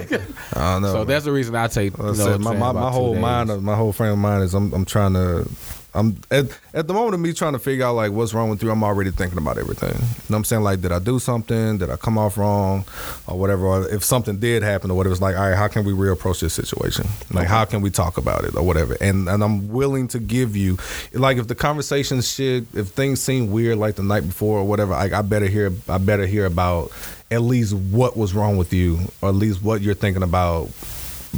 Speaker 3: don't know.
Speaker 2: so
Speaker 3: man.
Speaker 2: that's the reason I take.
Speaker 3: Like I
Speaker 2: you know
Speaker 3: said,
Speaker 2: what I'm
Speaker 3: my
Speaker 2: saying,
Speaker 3: my, my
Speaker 2: about two
Speaker 3: whole
Speaker 2: days.
Speaker 3: mind, my whole frame of mind is I'm I'm trying to. I'm at, at the moment of me trying to figure out like what's wrong with you. I'm already thinking about everything. You know what I'm saying? Like, did I do something? Did I come off wrong, or whatever? Or if something did happen, or whatever, it's like, all right, how can we reapproach this situation? Like, how can we talk about it, or whatever? And and I'm willing to give you, like, if the conversation shit, if things seem weird, like the night before or whatever, I, I better hear, I better hear about at least what was wrong with you, or at least what you're thinking about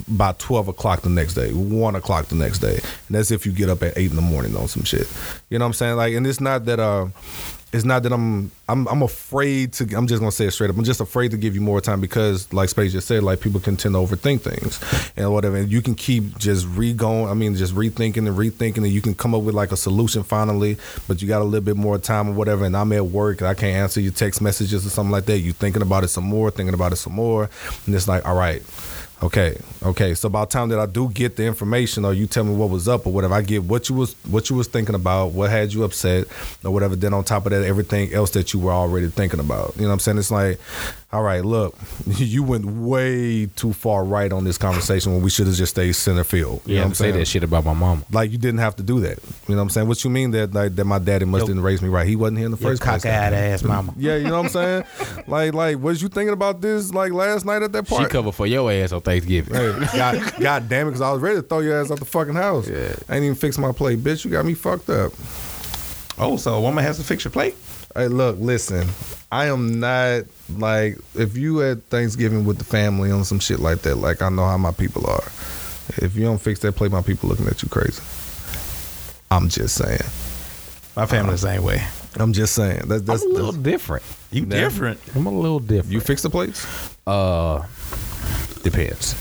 Speaker 3: by 12 o'clock the next day, 1 o'clock the next day. And that's if you get up at 8 in the morning on some shit. You know what I'm saying? Like, and it's not that, uh, it's not that I'm, I'm, I'm afraid to, I'm just gonna say it straight up. I'm just afraid to give you more time because, like Space just said, like people can tend to overthink things and whatever. And you can keep just re going, I mean, just rethinking and rethinking, and you can come up with like a solution finally, but you got a little bit more time or whatever. And I'm at work and I can't answer your text messages or something like that. You thinking about it some more, thinking about it some more. And it's like, all right, Okay, okay. So by the time that I do get the information or you tell me what was up or whatever, I get what you was what you was thinking about, what had you upset or whatever. Then on top of that, everything else that you were already thinking about. You know what I'm saying? It's like, all right, look, *laughs* you went way too far right on this conversation when we should have just stayed center field. You
Speaker 2: Yeah,
Speaker 3: know what I'm
Speaker 2: say
Speaker 3: saying?
Speaker 2: that shit about my mama.
Speaker 3: Like you didn't have to do that. You know what I'm saying? What you mean that like that my daddy must
Speaker 1: Yo-
Speaker 3: didn't raise me right? He wasn't here in the
Speaker 1: Your
Speaker 3: first place.
Speaker 1: cockeyed ass mama.
Speaker 3: Yeah, you know what I'm saying? *laughs* like like was you thinking about this like last night at that party?
Speaker 2: She covered for your ass on Thanksgiving.
Speaker 3: Hey,
Speaker 2: *laughs*
Speaker 3: God, God damn it, because I was ready to throw your ass out the fucking house.
Speaker 2: Yeah.
Speaker 3: I ain't even fixed my plate, bitch. You got me fucked up.
Speaker 1: Oh, so a woman has to fix your plate?
Speaker 3: Hey, look, listen. I am not like if you at Thanksgiving with the family on some shit like that. Like I know how my people are. If you don't fix that plate, my people looking at you crazy. I'm just saying.
Speaker 1: My family the same way.
Speaker 3: I'm just saying. That, that's
Speaker 2: I'm a little
Speaker 3: that's-
Speaker 2: different.
Speaker 1: You
Speaker 3: Nah.
Speaker 1: different.
Speaker 2: I'm a little different.
Speaker 3: you fix the plates.
Speaker 2: uh, depends.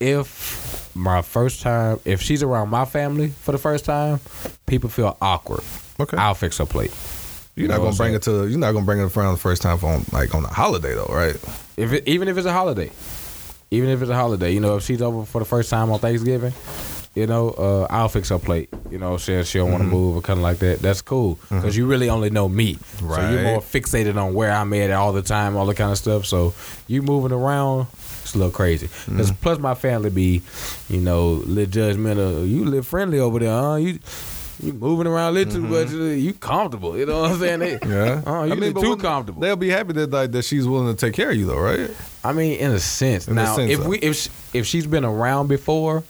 Speaker 2: If my first time, if she's around my family for the first time, people feel awkward.
Speaker 3: Okay.
Speaker 2: I'll fix her plate.
Speaker 3: You're not
Speaker 2: know what
Speaker 3: gonna
Speaker 2: I'm
Speaker 3: bring it to. You're not gonna bring it around the first time for on, like on a holiday though, right?
Speaker 2: If it, even if it's a holiday, even if it's a holiday, you know, if she's over for the first time on Thanksgiving, you know, uh, I'll fix her plate. You know, she she don't want
Speaker 3: Mm-hmm.
Speaker 2: to move or kind of like that. That's cool because you really only know me, so you're
Speaker 3: Right.
Speaker 2: more fixated on where I'm at all the time, all that kind of stuff. So you moving around, it's a little crazy. 'Cause
Speaker 3: Mm-hmm.
Speaker 2: Plus, my family be, you know, little judgmental. You live friendly over there, huh? You. You moving around a little too much. You comfortable. You know what I'm saying? They-
Speaker 3: Mm-hmm. *laughs* Yeah,
Speaker 2: Oh, you
Speaker 3: I mean,
Speaker 2: mean,
Speaker 3: but
Speaker 2: too
Speaker 3: wouldn't-
Speaker 2: comfortable.
Speaker 3: They'll be happy that like, that she's willing to take care of you, though, right?
Speaker 2: I mean, in a sense.
Speaker 3: In a
Speaker 2: now,
Speaker 3: sense,
Speaker 2: if
Speaker 3: though.
Speaker 2: we if she, if she's been around before,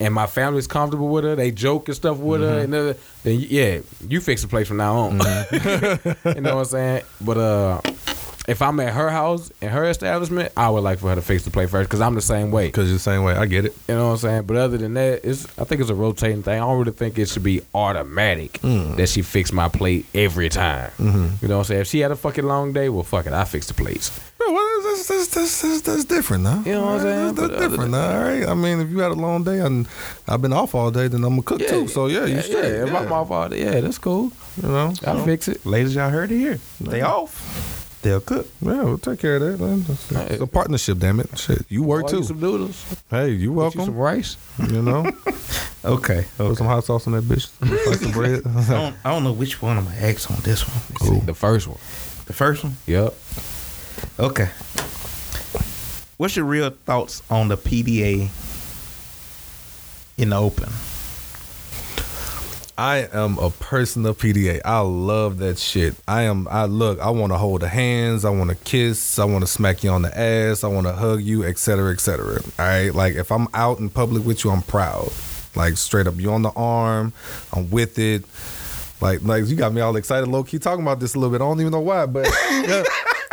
Speaker 2: and my family's comfortable with her, they joke and stuff with
Speaker 3: Mm-hmm.
Speaker 2: her, and then, then yeah, you fix the place from now on.
Speaker 3: Mm-hmm.
Speaker 2: *laughs* you know what I'm saying? But uh, if I'm at her house in her establishment, I would like for her to fix the plate first because I'm the same way.
Speaker 3: Because you're the same way. I get it.
Speaker 2: You know what I'm saying? But other than that, it's I think it's a rotating thing. I don't really think it should be automatic
Speaker 3: Mm.
Speaker 2: that she fix my plate every time.
Speaker 3: Mm-hmm.
Speaker 2: You know what I'm saying? If she had a fucking long day, well, fuck it, I fix the plates.
Speaker 3: Bro, well, that's, that's, that's, that's, that's different, now.
Speaker 2: You know what I'm saying?
Speaker 3: That's,
Speaker 2: But
Speaker 3: that's different, now. All right. I mean, if you had a long day and I've been off all day, then I'm gonna cook too. So yeah, you
Speaker 2: yeah,
Speaker 3: straight.
Speaker 2: yeah, if
Speaker 3: yeah.
Speaker 2: I'm off all day, yeah, that's cool.
Speaker 3: You know,
Speaker 2: I'll fix it.
Speaker 1: Ladies, y'all heard it here. They off. They'll cook.
Speaker 3: yeah, we'll take care of that. Man. It's,
Speaker 2: Nah,
Speaker 3: it's
Speaker 2: it-
Speaker 3: a partnership, damn it. Shit, you work
Speaker 2: Boil
Speaker 3: too.
Speaker 2: you Some noodles. Get
Speaker 3: hey, you
Speaker 2: you
Speaker 3: welcome.
Speaker 2: some rice. *laughs*
Speaker 3: You know,
Speaker 1: Okay.
Speaker 3: put
Speaker 1: okay.
Speaker 3: some hot sauce on that bitch. Slice some bread.
Speaker 2: *laughs*
Speaker 3: *laughs*
Speaker 1: I, don't, I don't know which one I'm gonna ask on this one. Let's see.
Speaker 2: The first one.
Speaker 1: The first one.
Speaker 2: Yep.
Speaker 1: Okay. What's your real thoughts on the PDA in the open?
Speaker 3: I am a person of PDA. I love that shit. I am. I look. I want to hold the hands. I want to kiss. I want to smack you on the ass. I want to hug you, etc., etc. All right. Like if I'm out in public with you, I'm proud. Like straight up, you on the arm. I'm with it. Like, like you got me all excited, low key talking about this a little bit. I don't even know why, but yeah,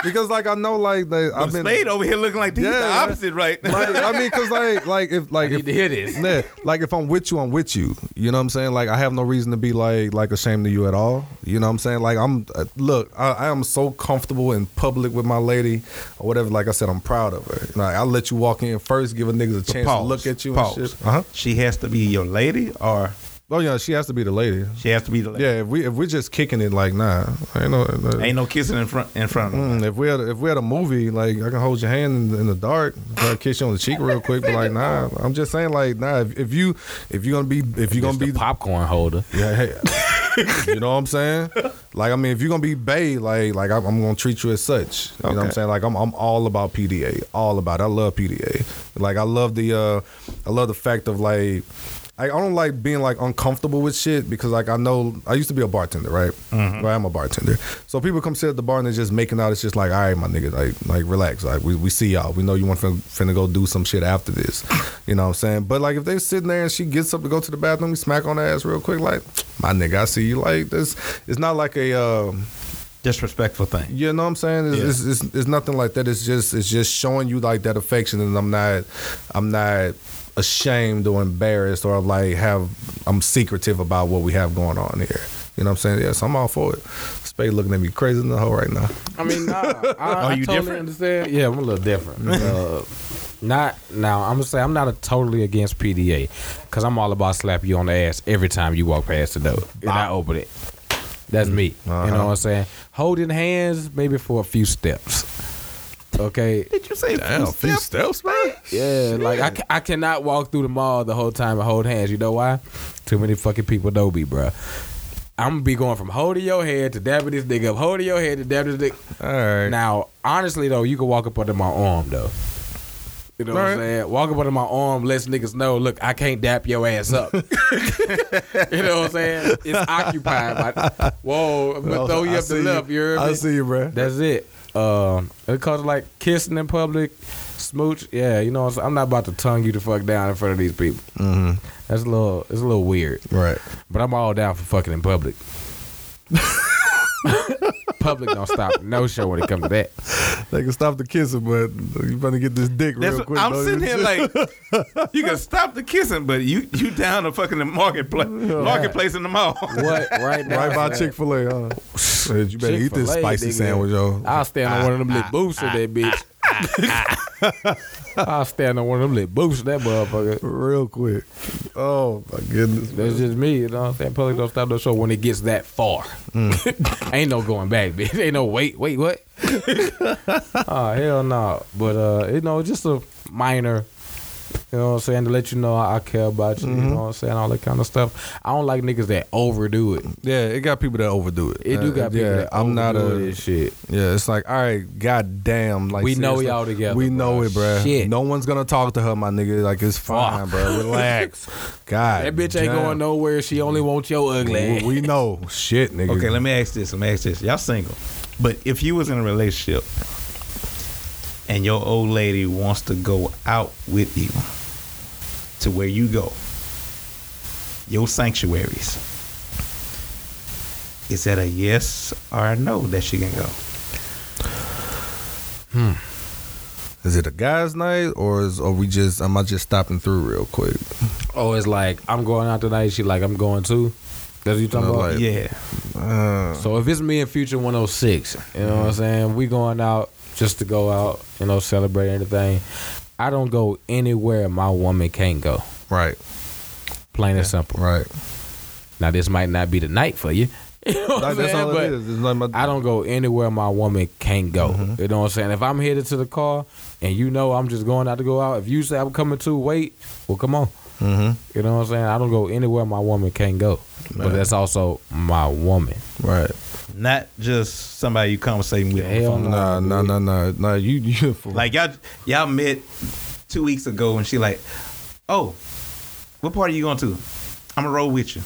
Speaker 3: because like I know, like, like I've been.
Speaker 1: Slade over here looking like he's the
Speaker 3: Yeah.
Speaker 1: opposite, right? *laughs*
Speaker 3: Like, I mean, cause like, like if like
Speaker 2: I
Speaker 3: if-
Speaker 2: need to hear *laughs* this.
Speaker 3: yeah, like if I'm with you, I'm with you. You know what I'm saying? Like I have no reason to be like like ashamed of you at all. You know what I'm saying? Like I'm uh, look, I, I am so comfortable in public with my lady or whatever. Like I said, I'm proud of her. Like I let you walk in first, give a niggas a chance to look at you and shit. Uh huh.
Speaker 1: Uh-huh. She has to be your lady, or
Speaker 3: Oh yeah, she has to be the lady.
Speaker 1: she has to be the lady.
Speaker 3: Yeah, if we if we're just kicking it, like nah, ain't no. no-
Speaker 1: Ain't no kissing in front in front of her.
Speaker 3: Mm, if we had if we had a movie, like I can hold your hand in, in the dark, try to kiss you on the cheek real quick, but like nah, I'm just saying like nah. If, if you if you're gonna be if you're
Speaker 2: It's
Speaker 3: gonna be
Speaker 2: the popcorn holder.
Speaker 3: yeah, hey, you know what I'm saying? Like I mean, if you're gonna be bae, like like I'm, I'm gonna treat you as such. You know what I'm
Speaker 1: Okay.
Speaker 3: saying? Like I'm I'm all about PDA, all about. It. I love PDA. Like I love the uh, I love the fact of like. I I don't like being like uncomfortable with shit because like I know I used to be a bartender, right? Right, I'm a bartender. So people come sit at the bar and they're just making out. It's just like, all right, my nigga, like, like relax. Like we, we see y'all. We know you want fin- finna go do some shit after this. You know what I'm saying? But like if they sitting there and she gets up to go to the bathroom, we smack on her ass real quick. Like, my nigga, I see you. Like this, it's not like a. Um,
Speaker 1: Disrespectful thing.
Speaker 3: you know what I'm saying? It's,
Speaker 1: Yeah.
Speaker 3: it's, it's, it's nothing like that. It's just it's just showing you like that affection, and I'm not I'm not ashamed or embarrassed or like have I'm secretive about what we have going on here. You know what I'm saying? Yes, I'm all for it. Spade looking at me crazy in the hole right now.
Speaker 2: I mean, *laughs* nah. I,
Speaker 1: Are
Speaker 2: I
Speaker 1: you
Speaker 2: totally
Speaker 1: different?
Speaker 2: Understand? Yeah, I'm a little *laughs* different. uh, not now. I'm gonna say I'm not a totally against PDA, cause I'm all about slap you on the ass every time you walk past the door and I open it. That's me. You know what I'm saying? Holding hands maybe for a few steps. Okay.
Speaker 1: Did you say
Speaker 3: few steps, man.
Speaker 2: Yeah, like I, ca- I cannot walk through the mall the whole time and hold hands. You know why? Too many fucking people know me, bruh. I'm gonna be going from holding your head to dabbing this nigga up, holding your head to dabbing this nigga.
Speaker 3: All right.
Speaker 2: Now, honestly though, you can walk up under my arm though. You know what I'm
Speaker 3: Alright.
Speaker 2: saying? Walk up under my arm, lets niggas know, look, I can't dap your ass
Speaker 3: *laughs*
Speaker 2: up. you know what I'm saying? It's occupied.
Speaker 3: *laughs*
Speaker 2: By, whoa, I'm gonna throw you up
Speaker 3: see
Speaker 2: the left. You heard
Speaker 3: I
Speaker 2: me?
Speaker 3: see you, bro.
Speaker 2: That's it. Um, it comes like kissing in public, smooch. Yeah, you know, what I'm saying? I'm not about to tongue you the fuck down in front of these people.
Speaker 3: Mhm.
Speaker 2: That's a little, it's a little weird.
Speaker 3: Right.
Speaker 2: But I'm all down for fucking in
Speaker 3: *laughs*
Speaker 2: public. public don't stop no show when it comes to that.
Speaker 3: They can stop the kissing, but you better get this dick
Speaker 1: That's
Speaker 3: real
Speaker 1: what,
Speaker 3: quick.
Speaker 1: I'm
Speaker 3: don't
Speaker 1: sitting
Speaker 3: you?
Speaker 1: here like you *laughs* can stop the kissing, but you you down the fucking the marketplace marketplace in the mall. *laughs*
Speaker 2: What right now? *laughs*
Speaker 3: *laughs* right by
Speaker 2: man.
Speaker 3: Chick Fil A, huh? Shit, you better eat this
Speaker 2: Chick-fil-A,
Speaker 3: spicy
Speaker 2: nigga.
Speaker 3: sandwich, yo.
Speaker 2: I'll stand on one of them little boots of that bitch.
Speaker 3: *laughs*
Speaker 2: I'll stand on one of them little boots of that motherfucker.
Speaker 3: real quick. Oh my goodness.
Speaker 2: That's just me, you know what I'm saying? Public don't stop the show when it gets that far. *laughs* Ain't no going back, bitch. Ain't no wait, wait, *laughs* what? Ah, oh, hell no. But uh, you know, just a minor You know what I'm saying? To let you know I care about you. You know what I'm saying? All that kind of stuff. I don't like niggas that overdo it.
Speaker 3: Yeah, it got people that overdo it.
Speaker 2: It do
Speaker 3: Uh,
Speaker 2: got people
Speaker 3: yeah,
Speaker 2: that
Speaker 3: I'm not
Speaker 2: overdo
Speaker 3: a.
Speaker 2: this shit.
Speaker 3: Yeah, it's like, all right, goddamn. Like
Speaker 2: We know
Speaker 3: seriously,
Speaker 2: y'all together,
Speaker 3: We
Speaker 2: bruh.
Speaker 3: know it, bruh.
Speaker 2: Shit.
Speaker 3: No one's gonna talk to her, my nigga. Like it's
Speaker 2: *laughs*
Speaker 3: fine, bruh. Relax. God,
Speaker 2: That bitch ain't
Speaker 3: damn.
Speaker 2: going nowhere. She only wants your ugly.
Speaker 3: We,
Speaker 2: ass.
Speaker 3: we know shit, nigga.
Speaker 1: Okay, let me ask this. Let me ask this. Y'all single, but if you was in a relationship and your old lady wants to go out with you to where you go, your sanctuaries, is that a yes or a no that she can go?
Speaker 3: Is it a guys' night or is are we just? Am I just stopping through real quick?
Speaker 2: Oh, it's like I'm going out tonight. She like I'm going too. That's what you talking
Speaker 3: No,
Speaker 2: about.
Speaker 3: like-
Speaker 1: Yeah.
Speaker 3: Uh,
Speaker 2: So if it's me and Future 106, you know what I'm saying? We going out just to go out, you know, celebrate anything. I don't go anywhere my woman can't go.
Speaker 3: right,
Speaker 2: Plain and simple. *laughs*
Speaker 3: right.
Speaker 2: Now this might not be the night for you. *laughs* You know what
Speaker 3: Like,
Speaker 2: I'm
Speaker 3: that's
Speaker 2: saying?
Speaker 3: all
Speaker 2: But
Speaker 3: it is. Mm-hmm. It's not my,
Speaker 2: I don't go anywhere my woman can't go. You know what I'm saying? If I'm headed to the car and you know I'm just going out to go out, if you say I'm coming to, wait, well come on.
Speaker 3: Mm-hmm.
Speaker 2: You know what I'm saying? I don't go anywhere my woman can't go. But
Speaker 1: Right.
Speaker 2: that's also my woman.
Speaker 3: Right.
Speaker 1: Not just somebody you conversating with. on the
Speaker 2: Hell
Speaker 1: phone.
Speaker 2: no.
Speaker 3: Nah, nah, nah, nah, nah. You, *laughs* you
Speaker 1: Like y'all, y'all met two weeks ago, and she like, "Oh, what party you going to? I'm gonna roll with you."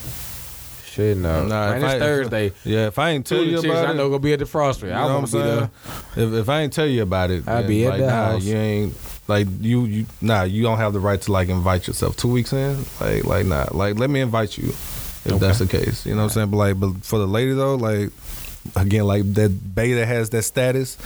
Speaker 2: Shit no.
Speaker 3: Nah,
Speaker 2: Man,
Speaker 3: if
Speaker 2: it's
Speaker 3: I-
Speaker 2: Thursday.
Speaker 3: Yeah, if I ain't tell
Speaker 2: Two
Speaker 3: you
Speaker 2: chicks I
Speaker 3: about
Speaker 2: know
Speaker 3: it,
Speaker 2: gonna be at the frostry.
Speaker 3: you
Speaker 2: I
Speaker 3: know what I'm
Speaker 2: want to be there.
Speaker 3: saying? If, if I ain't tell you about it,
Speaker 2: I
Speaker 3: then,
Speaker 2: be at
Speaker 3: like,
Speaker 2: the
Speaker 3: nah,
Speaker 2: house.
Speaker 3: You ain't like you, you nah. You don't have the right to like invite yourself. Two weeks in, like, like nah, like let me invite you, if that's the case. You know what I'm saying? But like, but for the lady though, like again, like that beta has that status.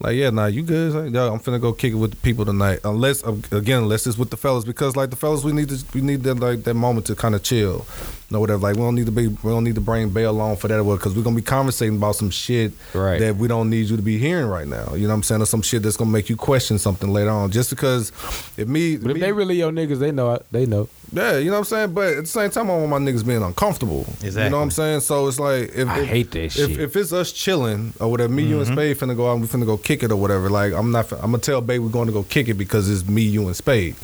Speaker 3: Like yeah, nah, you good? Like, yo, I'm finna go kick it with the people tonight. Unless um, again, unless it's with the fellas, because like the fellas, we need to we need that like that moment to kind of chill, or whatever. Like we don't need to be we don't need to bring bail on for that, because we're gonna be conversating about some shit
Speaker 2: Right.
Speaker 3: that we don't need you to be hearing right now. You know what I'm saying? Or some shit that's gonna make you question something later on. Just because if me,
Speaker 2: But if
Speaker 3: me-
Speaker 2: they really your niggas, they know. it. They know.
Speaker 3: yeah, you know what I'm saying. But at the same time, I want my niggas being uncomfortable. You know
Speaker 1: Exactly.
Speaker 3: what I'm saying? So it's like if,
Speaker 2: I
Speaker 3: if-
Speaker 2: hate that
Speaker 3: if,
Speaker 2: shit. Mm-hmm.
Speaker 3: If it's us chilling or whatever, me, you, and Spade finna go out. and We finna go kick it or whatever. Like I'm not. fin- I'm gonna tell Babe we're going to go kick it because it's me, you, and Spade.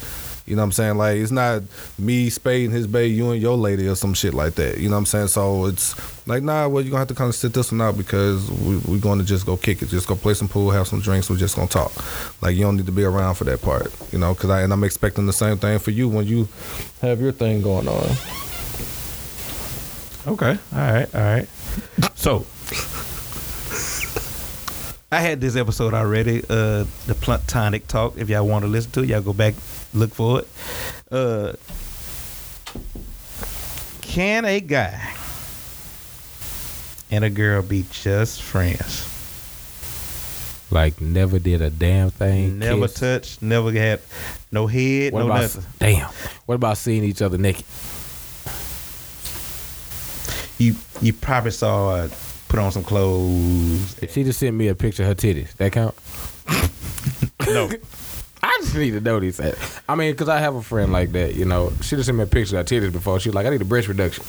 Speaker 3: You know what I'm saying? Like it's not me, Spade, and his babe, you and your lady, or some shit like that. You know what I'm saying? So it's like, nah, well, you're gonna have to kind of sit this one out because we, we're going to just go kick it, just go play some pool, have some drinks. We're just gonna talk. Like you don't need to be around for that part, you know? Because I and I'm expecting the same thing for you when you have your thing going on.
Speaker 1: Okay. All right. All right. So I had this episode already, uh, the platonic talk. If y'all want to listen to it, y'all go back, look for it. Uh, can a guy and a girl be just friends?
Speaker 2: Like never did a damn thing.
Speaker 1: never
Speaker 2: kissed.
Speaker 1: touched, never had no head,
Speaker 2: What
Speaker 1: no
Speaker 2: about
Speaker 1: nothing.
Speaker 2: damn? What about seeing each other naked?
Speaker 1: You you probably saw her put on some
Speaker 2: *laughs*
Speaker 1: clothes.
Speaker 2: She just sent me a picture of her titties. That count?
Speaker 1: No.
Speaker 2: I just need to know these. things. I mean, cause I have a friend like that. You know, she just sent me a picture of her titties before. She was like, I need a breast reduction.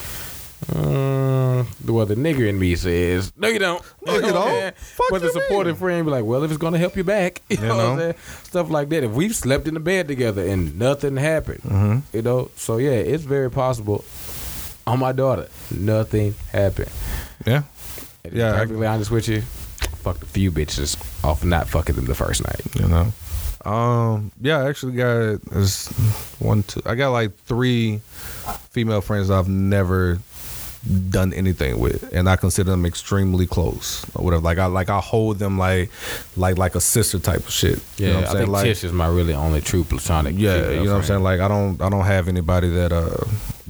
Speaker 2: Um, well, the nigger in me says, no, *laughs* you don't.
Speaker 3: No, you
Speaker 2: know what I'm
Speaker 3: don't.
Speaker 2: saying?
Speaker 3: Fuck
Speaker 2: But the
Speaker 3: you mean?
Speaker 2: supportive friend be like, well, if it's gonna help you back, *laughs* you,
Speaker 3: You
Speaker 2: know, what I'm
Speaker 3: know.
Speaker 2: saying? stuff like that. If we've slept in the bed together and nothing happened,
Speaker 3: Mm-hmm.
Speaker 2: you know, so yeah, it's very possible. On my daughter, nothing happened.
Speaker 3: Yeah.
Speaker 2: And
Speaker 3: Yeah,
Speaker 2: yeah,
Speaker 3: I-
Speaker 2: perfectly honest with you, fucked a few bitches off not fucking them the first night.
Speaker 3: you know. Um, yeah, I actually got this one, two. I got like three female friends that I've never done anything with, and I consider them extremely close or whatever. Like I like I hold them like like like a sister type of shit.
Speaker 2: Yeah,
Speaker 3: you know
Speaker 2: I
Speaker 3: what I'm saying?
Speaker 2: think
Speaker 3: like,
Speaker 2: Tish is my really only true platonic.
Speaker 3: yeah,
Speaker 2: female
Speaker 3: you know what I'm
Speaker 2: friend.
Speaker 3: saying. Like I don't, I don't have anybody that, uh,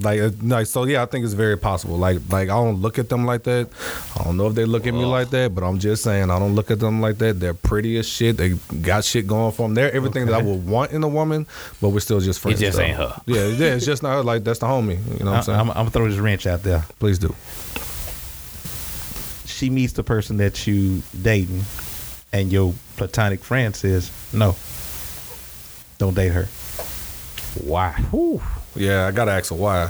Speaker 3: like, uh, like so. Yeah, I think it's very possible. Like, like I don't look at them like that. I don't know if they look at me like that, but I'm just saying I don't look at them like that. They're pretty as shit. They got shit going for them. They're everything that I would want in a woman, but we're still just friends.
Speaker 2: just
Speaker 3: though.
Speaker 2: ain't her.
Speaker 3: Yeah, yeah, it's just not her. Like that's the homie.
Speaker 2: *laughs*
Speaker 3: You know what I'm
Speaker 1: I'm,
Speaker 3: saying?
Speaker 1: I'm, I'm gonna throw this wrench out there.
Speaker 3: Please do.
Speaker 1: she meets the person that you dating and your platonic friend says no don't date her
Speaker 2: Why?
Speaker 3: Yeah, I gotta ask her why.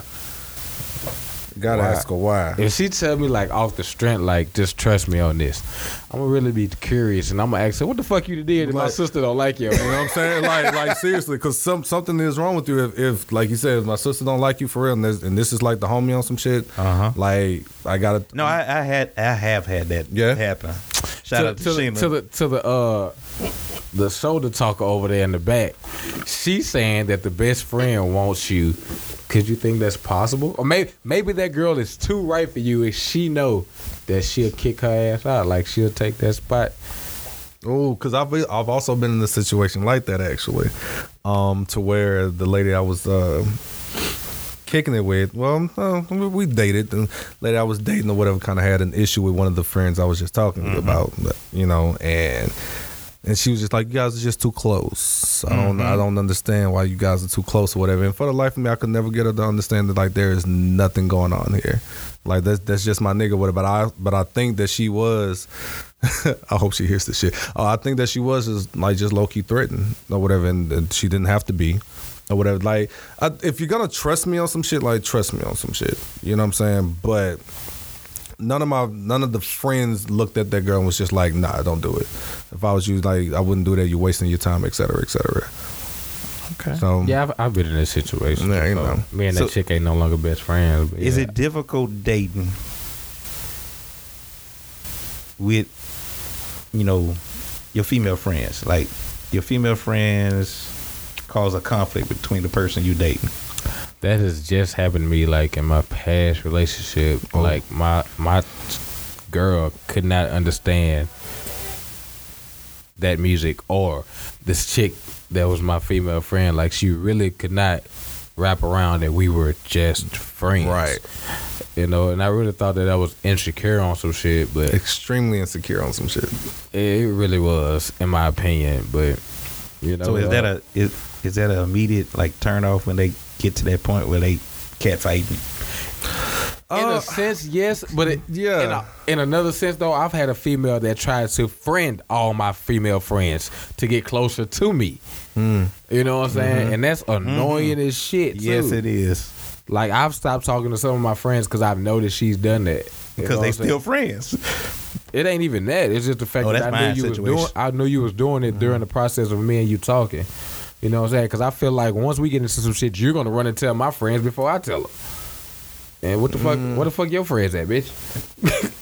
Speaker 3: Gotta
Speaker 2: Why?
Speaker 3: ask her why.
Speaker 2: If she tell me like off the strength, like just trust me on this, I'm gonna really be curious and I'm gonna ask her, what the fuck you did? If my
Speaker 3: Like-
Speaker 2: sister don't like you.
Speaker 3: You *laughs* know what I'm saying? Like, like seriously, because some something is wrong with you. If, if like you said, if my sister don't like you for real, and, there's- and this is like the homie on some shit.
Speaker 2: Uh-huh.
Speaker 3: Like, I gotta.
Speaker 1: No, I, I had I have had that
Speaker 3: Yeah?
Speaker 1: happen. Shout
Speaker 2: to,
Speaker 1: out to,
Speaker 2: to the,
Speaker 1: Sheena.
Speaker 2: to the to the uh the shoulder talker over there in the back. She's saying that the best friend wants you. Could you think that's possible? Or maybe maybe that girl is too right for you, and she know that she'll kick her ass out. Like she'll take that spot.
Speaker 3: Oh, because I've been, I've also been in a situation like that actually, um, to where the lady I was uh, kicking it with, well, uh, we- we dated, and lady I was dating or whatever, kind of had an issue with one of the friends I was just talking about, you know, and and she was just like, "You guys are just too close. I don't, I don't understand why you guys are too close or whatever." And for the life of me, I could never get her to understand that like there is nothing going on here. Like that's that's just my nigga. What about I? But I think that she was. *laughs* I hope she hears this shit. Uh, I think that she was just, like just low key threatened or whatever, and, and she didn't have to be or whatever. Like, I, if you're gonna trust me on some shit, like trust me on some shit. You know what I'm saying? But none of my none of the friends looked at that girl and was just like, nah, don't do it. If I was you, like, I wouldn't do that. You're wasting your time, et cetera, et cetera.
Speaker 1: okay.
Speaker 3: So
Speaker 2: Yeah, I've, I've been in this situation.
Speaker 3: Yeah, you
Speaker 2: before.
Speaker 3: know.
Speaker 2: Me and that
Speaker 1: So-
Speaker 2: chick ain't no longer best friends. but
Speaker 1: Is
Speaker 2: yeah.
Speaker 1: it difficult dating with you know your female friends? Like your female friends cause a conflict between the person you dating.
Speaker 2: That has just happened to me, like in my past relationship.
Speaker 3: Oh.
Speaker 2: Like my my girl could not understand that music, or this chick that was my female friend. Like she really could not wrap around that we were just friends,
Speaker 3: Right.
Speaker 2: You know, and I really thought that I was insecure on some shit, but
Speaker 3: extremely insecure on some shit.
Speaker 2: it really was, in my opinion. But you know,
Speaker 3: Oh,
Speaker 1: so is that
Speaker 2: uh,
Speaker 1: a is, is that an immediate like turn off when they get to that point where they cat fighting?
Speaker 2: in
Speaker 3: Uh,
Speaker 2: a sense, yes, but it,
Speaker 3: Yeah.
Speaker 2: In, a, in another sense, though, I've had a female that tried to friend all my female friends to get closer to me.
Speaker 1: Hmm.
Speaker 2: You know what I'm saying? And that's annoying as shit.
Speaker 1: Mm-hmm. Yes,
Speaker 2: too.
Speaker 1: it is
Speaker 2: Like I've stopped talking to some of my friends because I've noticed she's done that. You know
Speaker 1: because
Speaker 2: what
Speaker 1: they
Speaker 2: I'm saying?
Speaker 1: still friends.
Speaker 2: It ain't even that. It's just the fact
Speaker 1: Oh,
Speaker 2: that
Speaker 1: that's
Speaker 2: I
Speaker 1: my
Speaker 2: knew you
Speaker 1: situation. Mm-hmm.
Speaker 2: was doing. I knew you was doing it during the process of me and you talking. You know what I'm saying? Because I feel like once we get into some shit, you're gonna run and tell my friends before I tell them. And what the fuck?
Speaker 1: Mm.
Speaker 2: What the fuck your friends at, bitch?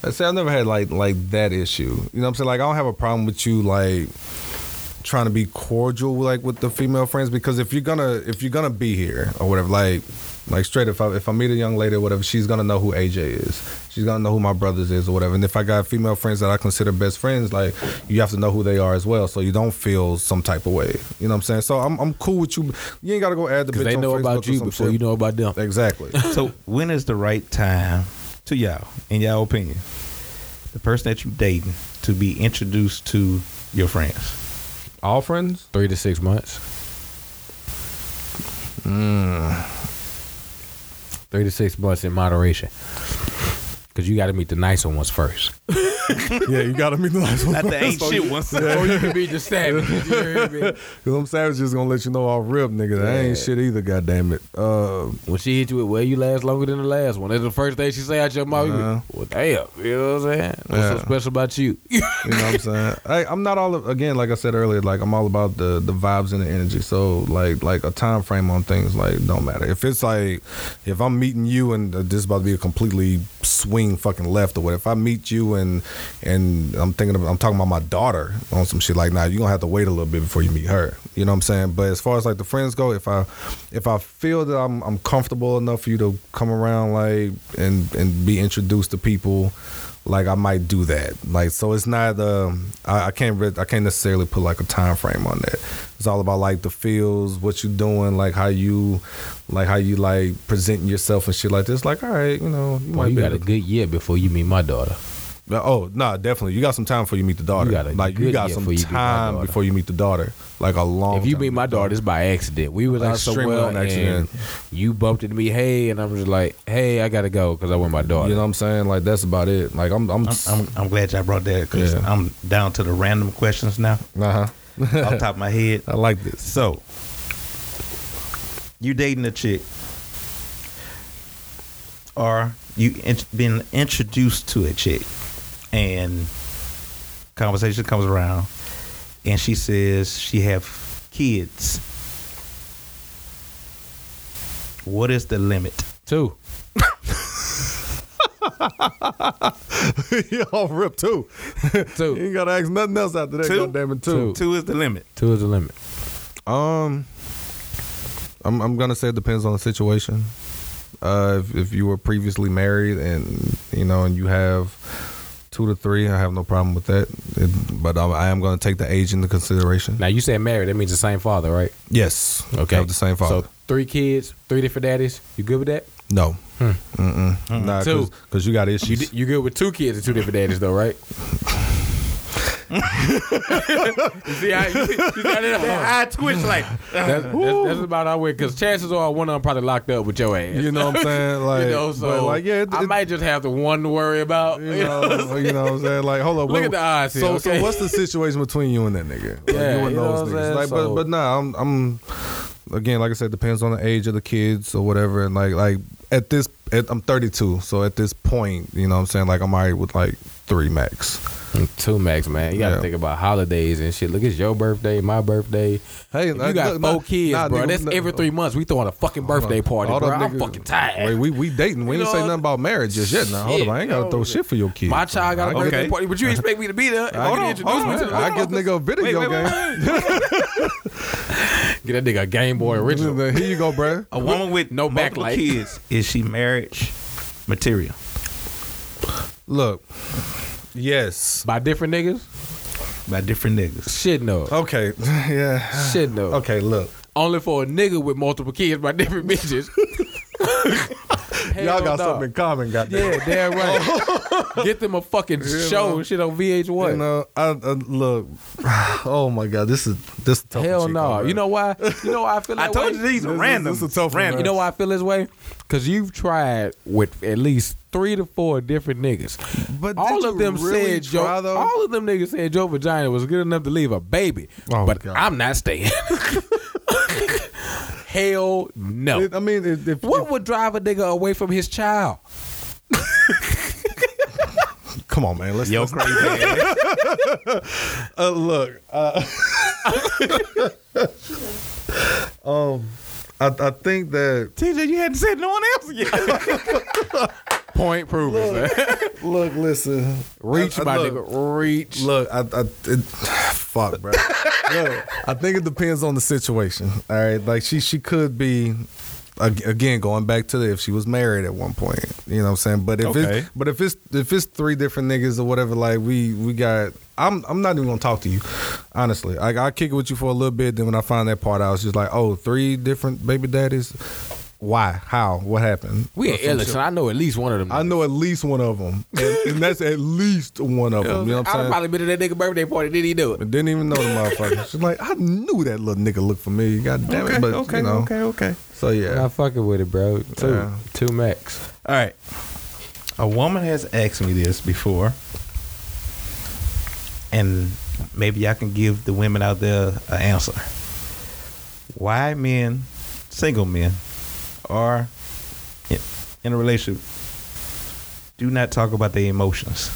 Speaker 3: I say I never had like like that issue. You know what I'm saying? Like I don't have a problem with you like trying to be cordial like with the female friends because if you're gonna if you're gonna be here or whatever, like like straight if I if I meet a young lady or whatever, she's gonna know who AJ is. She's gonna know who my brothers is or whatever. And if I got female friends that I consider best friends, like you have to know who they are as well, so you don't feel some type of way. You know what I'm saying? So I'm I'm cool with you. You ain't gotta go add the bitch
Speaker 2: Because they
Speaker 3: on
Speaker 2: know
Speaker 3: Facebook
Speaker 2: about
Speaker 3: or
Speaker 2: you
Speaker 3: some
Speaker 2: before
Speaker 3: shit.
Speaker 2: you know about them.
Speaker 3: Exactly.
Speaker 1: *laughs* so when is the right time to y'all, in y'all opinion, the person that you dating to be introduced to your friends?
Speaker 3: All friends?
Speaker 2: Three to six months.
Speaker 3: Hmm.
Speaker 2: Three to six months in moderation. Because you got to meet the nicer ones
Speaker 3: *laughs*
Speaker 2: first.
Speaker 3: *laughs* yeah, you gotta meet the last *laughs* one.
Speaker 1: Not *laughs* the ain't shit ones.
Speaker 3: Oh,
Speaker 2: or you can meet the savage. *laughs* You hear me?
Speaker 3: Cause I'm savage just gonna let you know off rip, nigga. That ain't
Speaker 2: Yeah.
Speaker 3: shit either, goddamn it. Uh,
Speaker 2: When she hit you with, well, you last longer than the last one. That's the first thing she say out your mouth. You be,
Speaker 3: Uh-huh.
Speaker 2: well, damn. You know what I'm saying? What's so
Speaker 3: Yeah.
Speaker 2: special about you? *laughs*
Speaker 3: you know what I'm saying? I, I'm not all of, again, like I said earlier, like I'm all about the the vibes and the energy. So like like a time frame on things like don't matter. If it's like if I'm meeting you and uh, this is about to be a completely swing fucking left or what. If I meet you and and I'm thinking of, I'm talking about my daughter on some shit like now, nah, you gonna have to wait a little bit before you meet her. You know what I'm saying? But as far as like the friends go, if I if I feel that I'm I'm comfortable enough for you to come around like and and be introduced to people like I might do that. Like so, it's not. Um, I, I can't. Re- I can't necessarily put like a time frame on that. It's all about like the feels, what you doing, like how you, like how you like presenting yourself and shit like this. Like all right, you know, you
Speaker 2: Well,
Speaker 3: might
Speaker 2: you
Speaker 3: be.
Speaker 2: got
Speaker 3: Able
Speaker 2: a
Speaker 3: to,
Speaker 2: good year before you meet my daughter.
Speaker 3: But, oh no, definitely. You got some time before you meet the daughter.
Speaker 2: You got a
Speaker 3: like you
Speaker 2: good
Speaker 3: got
Speaker 2: year
Speaker 3: some
Speaker 2: before you meet my
Speaker 3: time
Speaker 2: daughter.
Speaker 3: before you meet the daughter. Like a long.
Speaker 2: If you
Speaker 3: time.
Speaker 2: meet my daughter, it's by accident. We was
Speaker 3: Like,
Speaker 2: out
Speaker 3: extremely
Speaker 2: somewhere and
Speaker 3: on accident.
Speaker 2: you bumped into me, hey, and I'm just like, hey, I gotta go because I want my daughter.
Speaker 3: you know what I'm saying? Like that's about it. Like I'm. I'm.
Speaker 1: I'm, I'm, I'm glad y'all brought that because
Speaker 3: Yeah.
Speaker 1: I'm down to the random questions now
Speaker 3: uh huh.
Speaker 1: off the top of my *laughs* head.
Speaker 3: I like
Speaker 2: *laughs*
Speaker 3: this.
Speaker 1: So, you dating a chick, or you int- been introduced to a chick, and conversation comes around, and she says she have kids. What is the limit?
Speaker 2: *laughs* Two.
Speaker 3: Y'all rip too.
Speaker 2: Two.
Speaker 3: you ain't gotta ask nothing else after that.
Speaker 1: Two?
Speaker 3: God damn it, too.
Speaker 1: Two is the limit.
Speaker 2: Two is the limit.
Speaker 3: Um, I'm I'm gonna say it depends on the situation. Uh, if if you were previously married and you know and you have two to three, I have no problem with that. It- but I, I am gonna take the age into consideration.
Speaker 2: Now you said married. That means the same father, right?
Speaker 3: Yes.
Speaker 2: Okay.
Speaker 3: Have the same father.
Speaker 2: So three kids, three different daddies. You good with that?
Speaker 3: no. Mm-mm. Nah,
Speaker 2: Hmm. Two.
Speaker 3: cause, 'cause you got
Speaker 2: You
Speaker 3: issues.
Speaker 2: d- you good with two kids and two different daddies though, *laughs* right? you see how you, see- you got it?
Speaker 1: I twitch like
Speaker 2: That's, that's, that's about how we. Because chances are one of them probably locked up with your ass.
Speaker 3: You know what I'm saying?
Speaker 2: *laughs*
Speaker 3: Like,
Speaker 2: you know,
Speaker 3: but,
Speaker 2: so
Speaker 3: like yeah, it,
Speaker 2: I
Speaker 3: it-
Speaker 2: might just have the one to worry about.
Speaker 3: You know, you know what I'm saying? Like, hold up.
Speaker 2: Look
Speaker 3: what-
Speaker 2: at the odds here,
Speaker 3: So,
Speaker 2: okay?
Speaker 3: so what's the situation between you and that nigga? Like,
Speaker 2: Yeah,
Speaker 3: you and
Speaker 2: you know
Speaker 3: those
Speaker 2: what I'm
Speaker 3: niggas.
Speaker 2: saying?
Speaker 3: Like,
Speaker 2: So-
Speaker 3: but but nah, I'm I'm again, like I said, depends on the age of the kids or whatever. And like like at this, at, I'm 32, so at this point, you know, what I'm saying like I'm alright with like three max.
Speaker 2: *laughs* Two max, man. You gotta
Speaker 3: Yeah.
Speaker 2: think about holidays and shit. Look, it's your birthday, my birthday.
Speaker 3: Hey,
Speaker 2: If you got four kids, bro. That's every
Speaker 3: uh,
Speaker 2: three months. We throwing a fucking birthday party, bro. I'm fucking tired.
Speaker 3: Wait, we we dating. We
Speaker 2: You
Speaker 3: ain't
Speaker 2: know
Speaker 3: say
Speaker 2: what
Speaker 3: nothing about marriage just yet. Now hold
Speaker 2: Shit,
Speaker 3: up, I ain't gotta
Speaker 2: yo.
Speaker 3: throw shit for your kids.
Speaker 2: my child got a
Speaker 3: I get-
Speaker 2: birthday party,
Speaker 3: *laughs*
Speaker 2: but you expect me to be there. If
Speaker 3: I
Speaker 2: you
Speaker 3: get-
Speaker 2: didn't introduce me to the-
Speaker 3: I give nigga a video
Speaker 1: wait, wait,
Speaker 3: game.
Speaker 2: Get that nigga a Game Boy original.
Speaker 3: Here you go, bruh.
Speaker 1: a woman with
Speaker 2: no
Speaker 1: multiple *laughs*
Speaker 2: backlight.
Speaker 1: kids is she marriage material?
Speaker 3: Look. Yes.
Speaker 2: By different niggas?
Speaker 1: by different niggas.
Speaker 2: Shit no.
Speaker 3: *laughs* Okay. *laughs* Yeah.
Speaker 2: Shit no.
Speaker 3: Okay, look.
Speaker 2: Only for a nigga with multiple kids by different
Speaker 3: *laughs*
Speaker 2: bitches. *laughs*
Speaker 3: Y'all
Speaker 2: Hell
Speaker 3: got
Speaker 2: no.
Speaker 3: something in common, goddamn.
Speaker 2: Yeah, damn right.
Speaker 3: *laughs*
Speaker 2: Get them a fucking show and shit on VH1.
Speaker 3: You know, I, I look. *sighs* Oh my god, this is this is tough.
Speaker 2: Hell
Speaker 3: Chico,
Speaker 2: no.
Speaker 3: bro.
Speaker 2: You know why? You know
Speaker 1: *laughs*
Speaker 2: why I feel
Speaker 1: I
Speaker 2: like
Speaker 1: told you these
Speaker 3: This
Speaker 1: are
Speaker 3: is-
Speaker 1: random.
Speaker 3: this is a tough one,
Speaker 1: random.
Speaker 2: You know why I feel this way? Cause you've tried with at least three to four different niggas.
Speaker 3: But
Speaker 2: all
Speaker 3: did
Speaker 2: of
Speaker 3: you
Speaker 2: them
Speaker 3: really
Speaker 2: said Joe.
Speaker 3: try, though?
Speaker 2: All of them niggas said Joe vagina was good enough to leave a baby.
Speaker 3: Oh,
Speaker 2: but
Speaker 3: God.
Speaker 2: I'm not
Speaker 3: *laughs*
Speaker 2: staying. Hell no.
Speaker 3: It- I mean, if, if
Speaker 2: what would drive a nigga away from his child?
Speaker 3: come on, man, let's,
Speaker 1: Yo,
Speaker 3: let's
Speaker 1: crazy. ass.
Speaker 3: uh, look. Uh, *laughs* um, I, I think that
Speaker 1: TJ, you hadn't said no one else yet.
Speaker 2: *laughs* Point proven. man.
Speaker 3: look, listen,
Speaker 2: reach
Speaker 3: I- I-
Speaker 2: my
Speaker 3: look,
Speaker 2: nigga. Reach.
Speaker 3: Look, I, I it,
Speaker 2: *laughs*
Speaker 3: fuck, bro. look, I think it depends on the situation. All right, like she she could be. ag- Again, going back to the, if she was married at one point, you know what I'm saying. But if
Speaker 1: Okay.
Speaker 3: it's but if it's if it's three different niggas or whatever, like we we got, I'm I'm not even gonna talk to you, honestly. Like I kick it with you for a little bit, then when I find that part out, it's just like, oh, three different baby daddies. Why? How? What happened?
Speaker 2: we in Ellison. I know at least one of them.
Speaker 3: I know at least one of them, and, and that's at least one of them. You know what I'm saying?
Speaker 2: I'd probably been to that nigga birthday party. Did he do it?
Speaker 3: But didn't even know the motherfucker. She's like, I knew that little nigga looked familiar. God damn it. But, you know.
Speaker 1: okay.
Speaker 3: So, yeah.
Speaker 2: Not fucking with it, bro. Two,
Speaker 3: Yeah.
Speaker 2: two max.
Speaker 1: All right. A woman has asked me this before, and maybe I can give the women out there an answer. Why men, single men, are in- in a relationship do not talk about their emotions.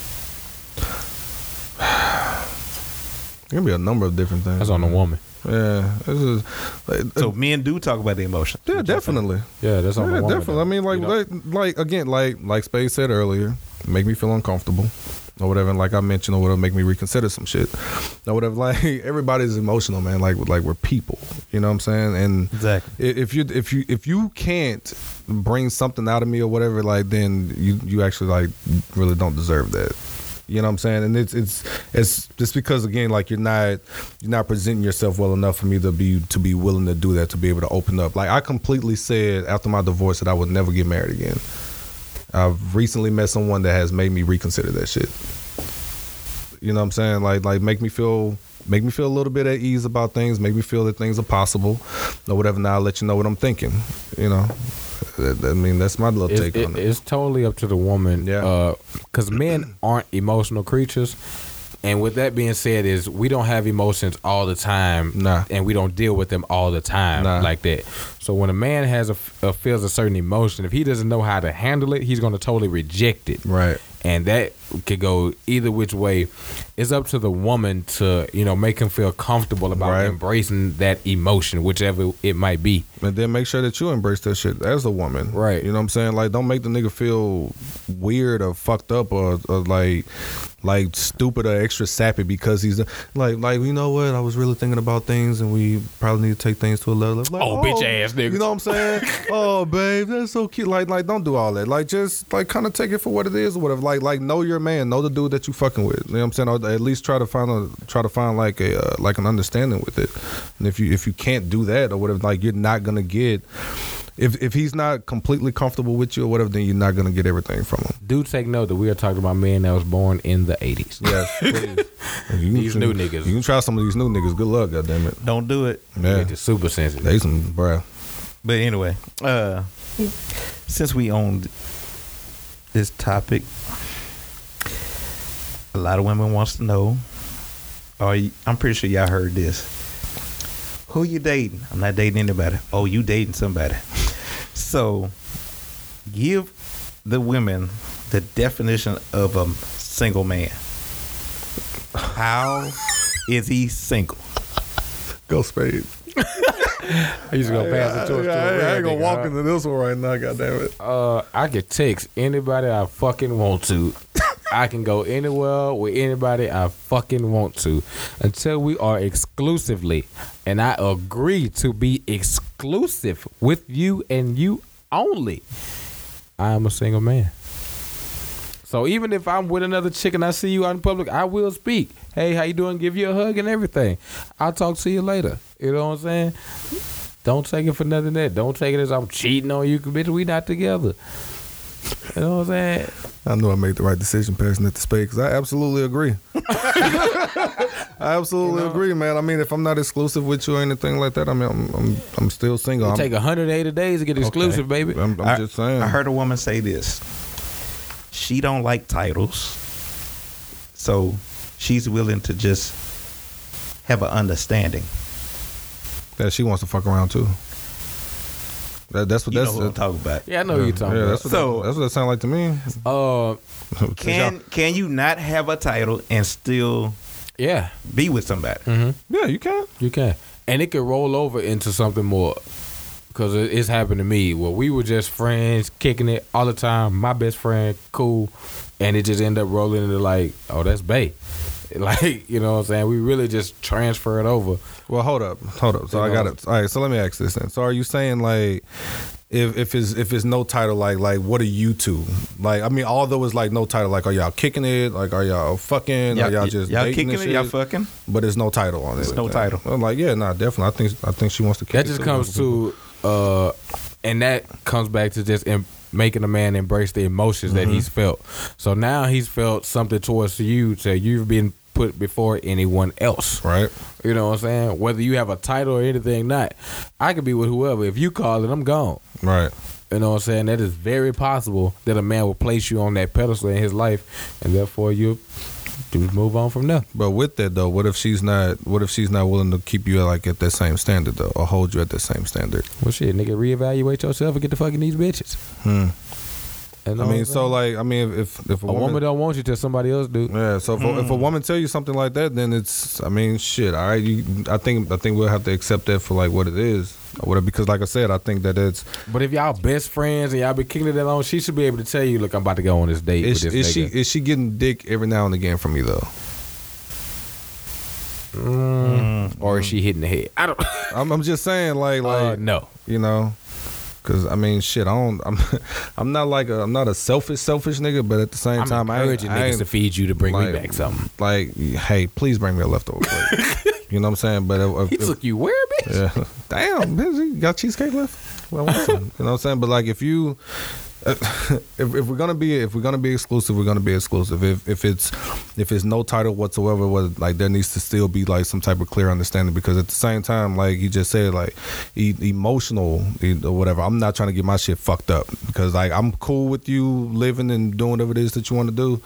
Speaker 3: It can be a number of different things.
Speaker 2: That's on the woman.
Speaker 3: Yeah. This is, like,
Speaker 1: So men do talk about their emotions.
Speaker 3: yeah, definitely.
Speaker 2: Yeah, that's on
Speaker 3: Yeah,
Speaker 2: the woman.
Speaker 3: definitely.
Speaker 2: though.
Speaker 3: I mean, like,
Speaker 2: You know?
Speaker 3: like, like, again, like, like Spade said earlier, make me feel uncomfortable or whatever. And like I mentioned, or whatever, make me reconsider some shit or whatever. *laughs* Like, everybody's emotional, man. Like, like we're people. You know what I'm saying? And
Speaker 1: Exactly.
Speaker 3: I- if you if you if you can't bring something out of me or whatever like then you you actually like really don't deserve that you know what i'm saying and it's it's it's just because again like you're not you're not presenting yourself well enough for me to be to be willing to do that to be able to open up like i completely said after my divorce that i would never get married again i've recently met someone that has made me reconsider that shit you know what I'm saying? Like like make me feel make me feel a little bit at ease about things, make me feel that things are possible or whatever. Now I'll let you know what I'm thinking. You know. That- that- I mean that's my little
Speaker 2: It's-
Speaker 3: take
Speaker 2: it-
Speaker 3: on it.
Speaker 2: It's totally up to the woman. uh,
Speaker 3: Yeah. *clears throat*
Speaker 2: Because men aren't emotional creatures. And with that being said, is we don't have emotions all the time,
Speaker 3: Nah.
Speaker 2: and we don't deal with them all the time
Speaker 3: Nah.
Speaker 2: like that. So when a man has a, a feels a certain emotion, if he doesn't know how to handle it, he's going to totally reject it,
Speaker 3: Right.
Speaker 2: and that could go either which way. It's up to the woman to you know make him feel comfortable about
Speaker 3: Right.
Speaker 2: embracing that emotion, whichever it might be.
Speaker 3: And then make sure that you embrace that shit as a woman.
Speaker 2: Right.
Speaker 3: You know what I'm saying? Like, don't make the nigga feel weird or fucked up or, or like like stupid or extra sappy because he's like like you know what I was really thinking about things and we probably need to take things to a level. Like,
Speaker 2: Oh, bitch ass nigga.
Speaker 3: You know what
Speaker 2: *laughs*
Speaker 3: I'm saying? oh, babe, that's so cute. Like like don't do all that. Like just like kind of take it for what it is or whatever. Like like know your man, know the dude that you fucking with. You know what I'm saying? Or at least try to find a try to find like a uh, like an understanding with it. And if you if you can't do that or whatever, like you're not gonna get if if he's not completely comfortable with you or whatever, then you're not gonna get everything from him.
Speaker 2: Do take note that we are talking about men that was born in the eighties. *laughs*
Speaker 3: Yes, you,
Speaker 2: These new niggas.
Speaker 3: You can try some of these new niggas. Good luck, goddamn it.
Speaker 1: Don't do it.
Speaker 3: Yeah,
Speaker 2: just super sensitive.
Speaker 3: they some bruh.
Speaker 1: But anyway, uh, since we owned this topic, a lot of women wants to know. Are you, I'm pretty sure y'all heard this. Who you dating? I'm not dating anybody. Oh, you dating somebody. *laughs* So, give the women the definition of a single man. How is he single?
Speaker 3: Go spade.
Speaker 2: I used to go pass the torch to a real nigga, huh?
Speaker 3: this one right now. Goddamn it.
Speaker 2: Uh, I can text anybody I fucking want to. I can go anywhere with anybody I fucking want to until we are exclusively, and I agree to be exclusive with you and you only. I am a single man. So even if I'm with another chick and I see you out in public, I will speak. Hey, how you doing? Give you a hug and everything. I'll talk to you later. You know what I'm saying? Don't take it for nothing. That don't take it as I'm cheating on you, bitch. We not together. You know what I'm saying?
Speaker 3: I know I made the right decision passing it to Spade because I absolutely *laughs* agree. I absolutely
Speaker 2: You know?
Speaker 3: agree, man. I mean, if I'm not exclusive with you or anything like that, I mean, I'm I'm, I'm still single.
Speaker 2: It
Speaker 3: I'm,
Speaker 2: take 180 days to get exclusive, baby.
Speaker 3: I'm, I'm
Speaker 1: I-
Speaker 3: just saying.
Speaker 1: I heard a woman say this. She don't like titles, so she's willing to just have an understanding.
Speaker 3: that she wants to fuck around too. That, that's what
Speaker 1: You
Speaker 3: that's.
Speaker 1: know what I'm talking about.
Speaker 2: Yeah, I know who you're talking
Speaker 3: yeah,
Speaker 2: about.
Speaker 3: that's what
Speaker 1: So-
Speaker 3: that, that's what that sound like to me. *laughs*
Speaker 2: Uh,
Speaker 1: Can can you not have a title and still
Speaker 2: yeah,
Speaker 1: be with somebody?
Speaker 3: yeah, you can.
Speaker 2: you can, and it could roll over into something more. Cause it- it's happened to me where we were just friends, kicking it all the time. My best friend, cool, and it just ended up rolling into like, oh, that's Bay. *laughs* Like, you know what I'm saying? We really just transfer it over.
Speaker 3: Well, hold up, hold up.
Speaker 2: You
Speaker 3: So I
Speaker 2: know?
Speaker 3: got it. All right. So let me ask this then. So are you saying like, if if it's if it's no title, like like what are you two? Like I mean, although it's like no title, like are y'all kicking it? Like are y'all fucking? are y'all just
Speaker 1: y'all
Speaker 3: dating
Speaker 1: kicking
Speaker 3: and
Speaker 1: it,
Speaker 3: shit?
Speaker 1: y'all fucking.
Speaker 3: But it's no title on it.
Speaker 1: It's no title.
Speaker 3: I'm like, yeah, nah, definitely. I think I think she wants to. Kick
Speaker 2: that
Speaker 3: it
Speaker 2: just
Speaker 3: too.
Speaker 2: comes to uh and that comes back to just em- making a man embrace the emotions
Speaker 3: Mm-hmm.
Speaker 2: that he's felt so now he's felt something towards you so you've been put before anyone else
Speaker 3: right.
Speaker 2: you know what i'm saying whether you have a title or anything not i could be with whoever if you call it i'm gone
Speaker 3: Right.
Speaker 2: you know what i'm saying that is very possible that a man will place you on that pedestal in his life and therefore you just move on from there
Speaker 3: But with that though, what if she's not? What if she's not willing to keep you like at that same standard though, or hold you at that same standard?
Speaker 2: well shit nigga reevaluate yourself and get the fucking these bitches
Speaker 3: Hmm.
Speaker 2: You know
Speaker 3: I
Speaker 2: what I'm
Speaker 3: mean, so
Speaker 2: saying?
Speaker 3: like, I mean, if if, if
Speaker 2: a woman don't want you till somebody else do
Speaker 3: Yeah, so if, a,
Speaker 2: Hmm.
Speaker 3: if a woman tell you something like that, then it's I mean shit. All right, you, I think I think we'll have to accept that for like what it is, or whatever. Because like I said, I think that it's
Speaker 2: But if y'all best friends and y'all been kicking it that long, she should be able to tell you, look, I'm about to go on this date
Speaker 3: is,
Speaker 2: with
Speaker 3: is
Speaker 2: this
Speaker 3: she
Speaker 2: nigga.
Speaker 3: is she getting dick every now and again from you though?
Speaker 2: or is she hitting the head?
Speaker 3: *laughs*
Speaker 2: I don't.
Speaker 3: I'm, I'm just saying like
Speaker 2: Uh,
Speaker 3: like
Speaker 2: Mm-hmm. no.
Speaker 3: you know, because I mean shit. I don't. I'm *laughs* I'm not like a I'm not a selfish selfish nigga, but at the same
Speaker 2: I'm
Speaker 3: time I ain't-
Speaker 2: encouraging
Speaker 3: I
Speaker 2: niggas
Speaker 3: ain't-
Speaker 2: to feed you to bring
Speaker 3: like-
Speaker 2: me back something. *laughs*
Speaker 3: like hey, please bring me a leftover. plate. you know what I'm saying? But if,
Speaker 2: He
Speaker 3: if, if,
Speaker 2: took you where, bitch?
Speaker 3: Yeah. Damn, bitch, you got cheesecake left? Well, I want some. you know what I'm saying? But like, if you, uh, *laughs* if, if we're gonna be if we're gonna be exclusive, we're gonna be exclusive. If if it's if it's no title whatsoever, what like there needs to still be like some type of clear understanding because at the same time, like you just said, like e- emotional e- or whatever. I'm not trying to get my shit fucked up because like I'm cool with you living and doing whatever it is that you want to do,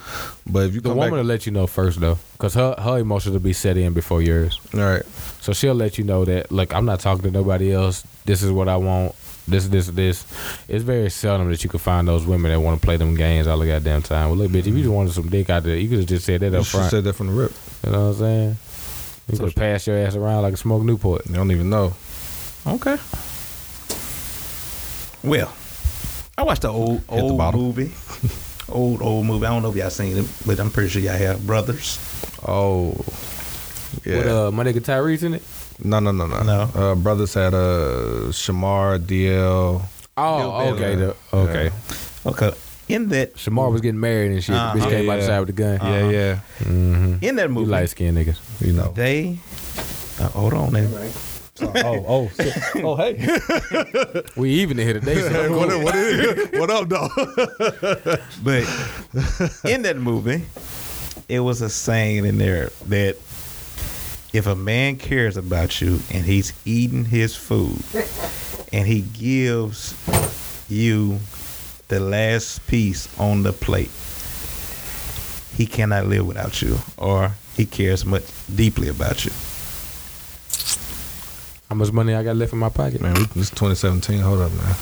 Speaker 3: but if you
Speaker 2: The
Speaker 3: come
Speaker 2: woman
Speaker 3: back,
Speaker 2: will let you know first, though. Cause her her emotions will be set in before yours,
Speaker 3: All right.
Speaker 2: so she'll let you know that look, I'm not talking to nobody else. This is what I want. This this this. It's very seldom that you can find those women that want to play them games all the goddamn time. Well, look, bitch, if you just wanted some dick out there, you could have just said that
Speaker 3: You
Speaker 2: up
Speaker 3: should
Speaker 2: front.
Speaker 3: say that from the rip.
Speaker 2: you know what I'm saying? You could pass your ass around like a smoked Newport.
Speaker 3: You don't even know.
Speaker 1: Okay. Well, I watched the old
Speaker 3: the
Speaker 1: old
Speaker 3: bottom. *laughs*
Speaker 1: movie. old old movie. I don't know if y'all seen it, but I'm pretty sure y'all have brothers.
Speaker 3: Oh. Yeah.
Speaker 2: With uh, my nigga Tyrese in it.
Speaker 3: no, no, no, no.
Speaker 1: No.
Speaker 3: Uh, brothers had uh, Shamar, DL.
Speaker 2: Oh,
Speaker 3: Bill
Speaker 2: okay,
Speaker 3: Bellamy.
Speaker 2: the- okay.
Speaker 3: Yeah.
Speaker 1: Okay. In that
Speaker 2: Shamar was getting married and shit. The
Speaker 1: Uh-huh.
Speaker 2: bitch came
Speaker 3: Yeah,
Speaker 2: out the
Speaker 3: yeah.
Speaker 2: side with the gun.
Speaker 3: Yeah, yeah. Mm.
Speaker 2: Mm-hmm.
Speaker 1: in that
Speaker 2: You
Speaker 1: movie,
Speaker 2: light skinned niggas.
Speaker 3: You know.
Speaker 1: they uh, hold on now.
Speaker 2: *laughs* oh, oh, oh, hey. *laughs* we even here today. So
Speaker 3: what, up- what, is- *laughs* what up, dog?
Speaker 1: *laughs* But in that movie, it was a saying in there that if a man cares about you and he's eating his food and he gives you the last piece on the plate, he cannot live without you or he cares much deeply about you.
Speaker 2: How much money I got left in my pocket?
Speaker 3: Man, we, this is 2017. Hold up, man.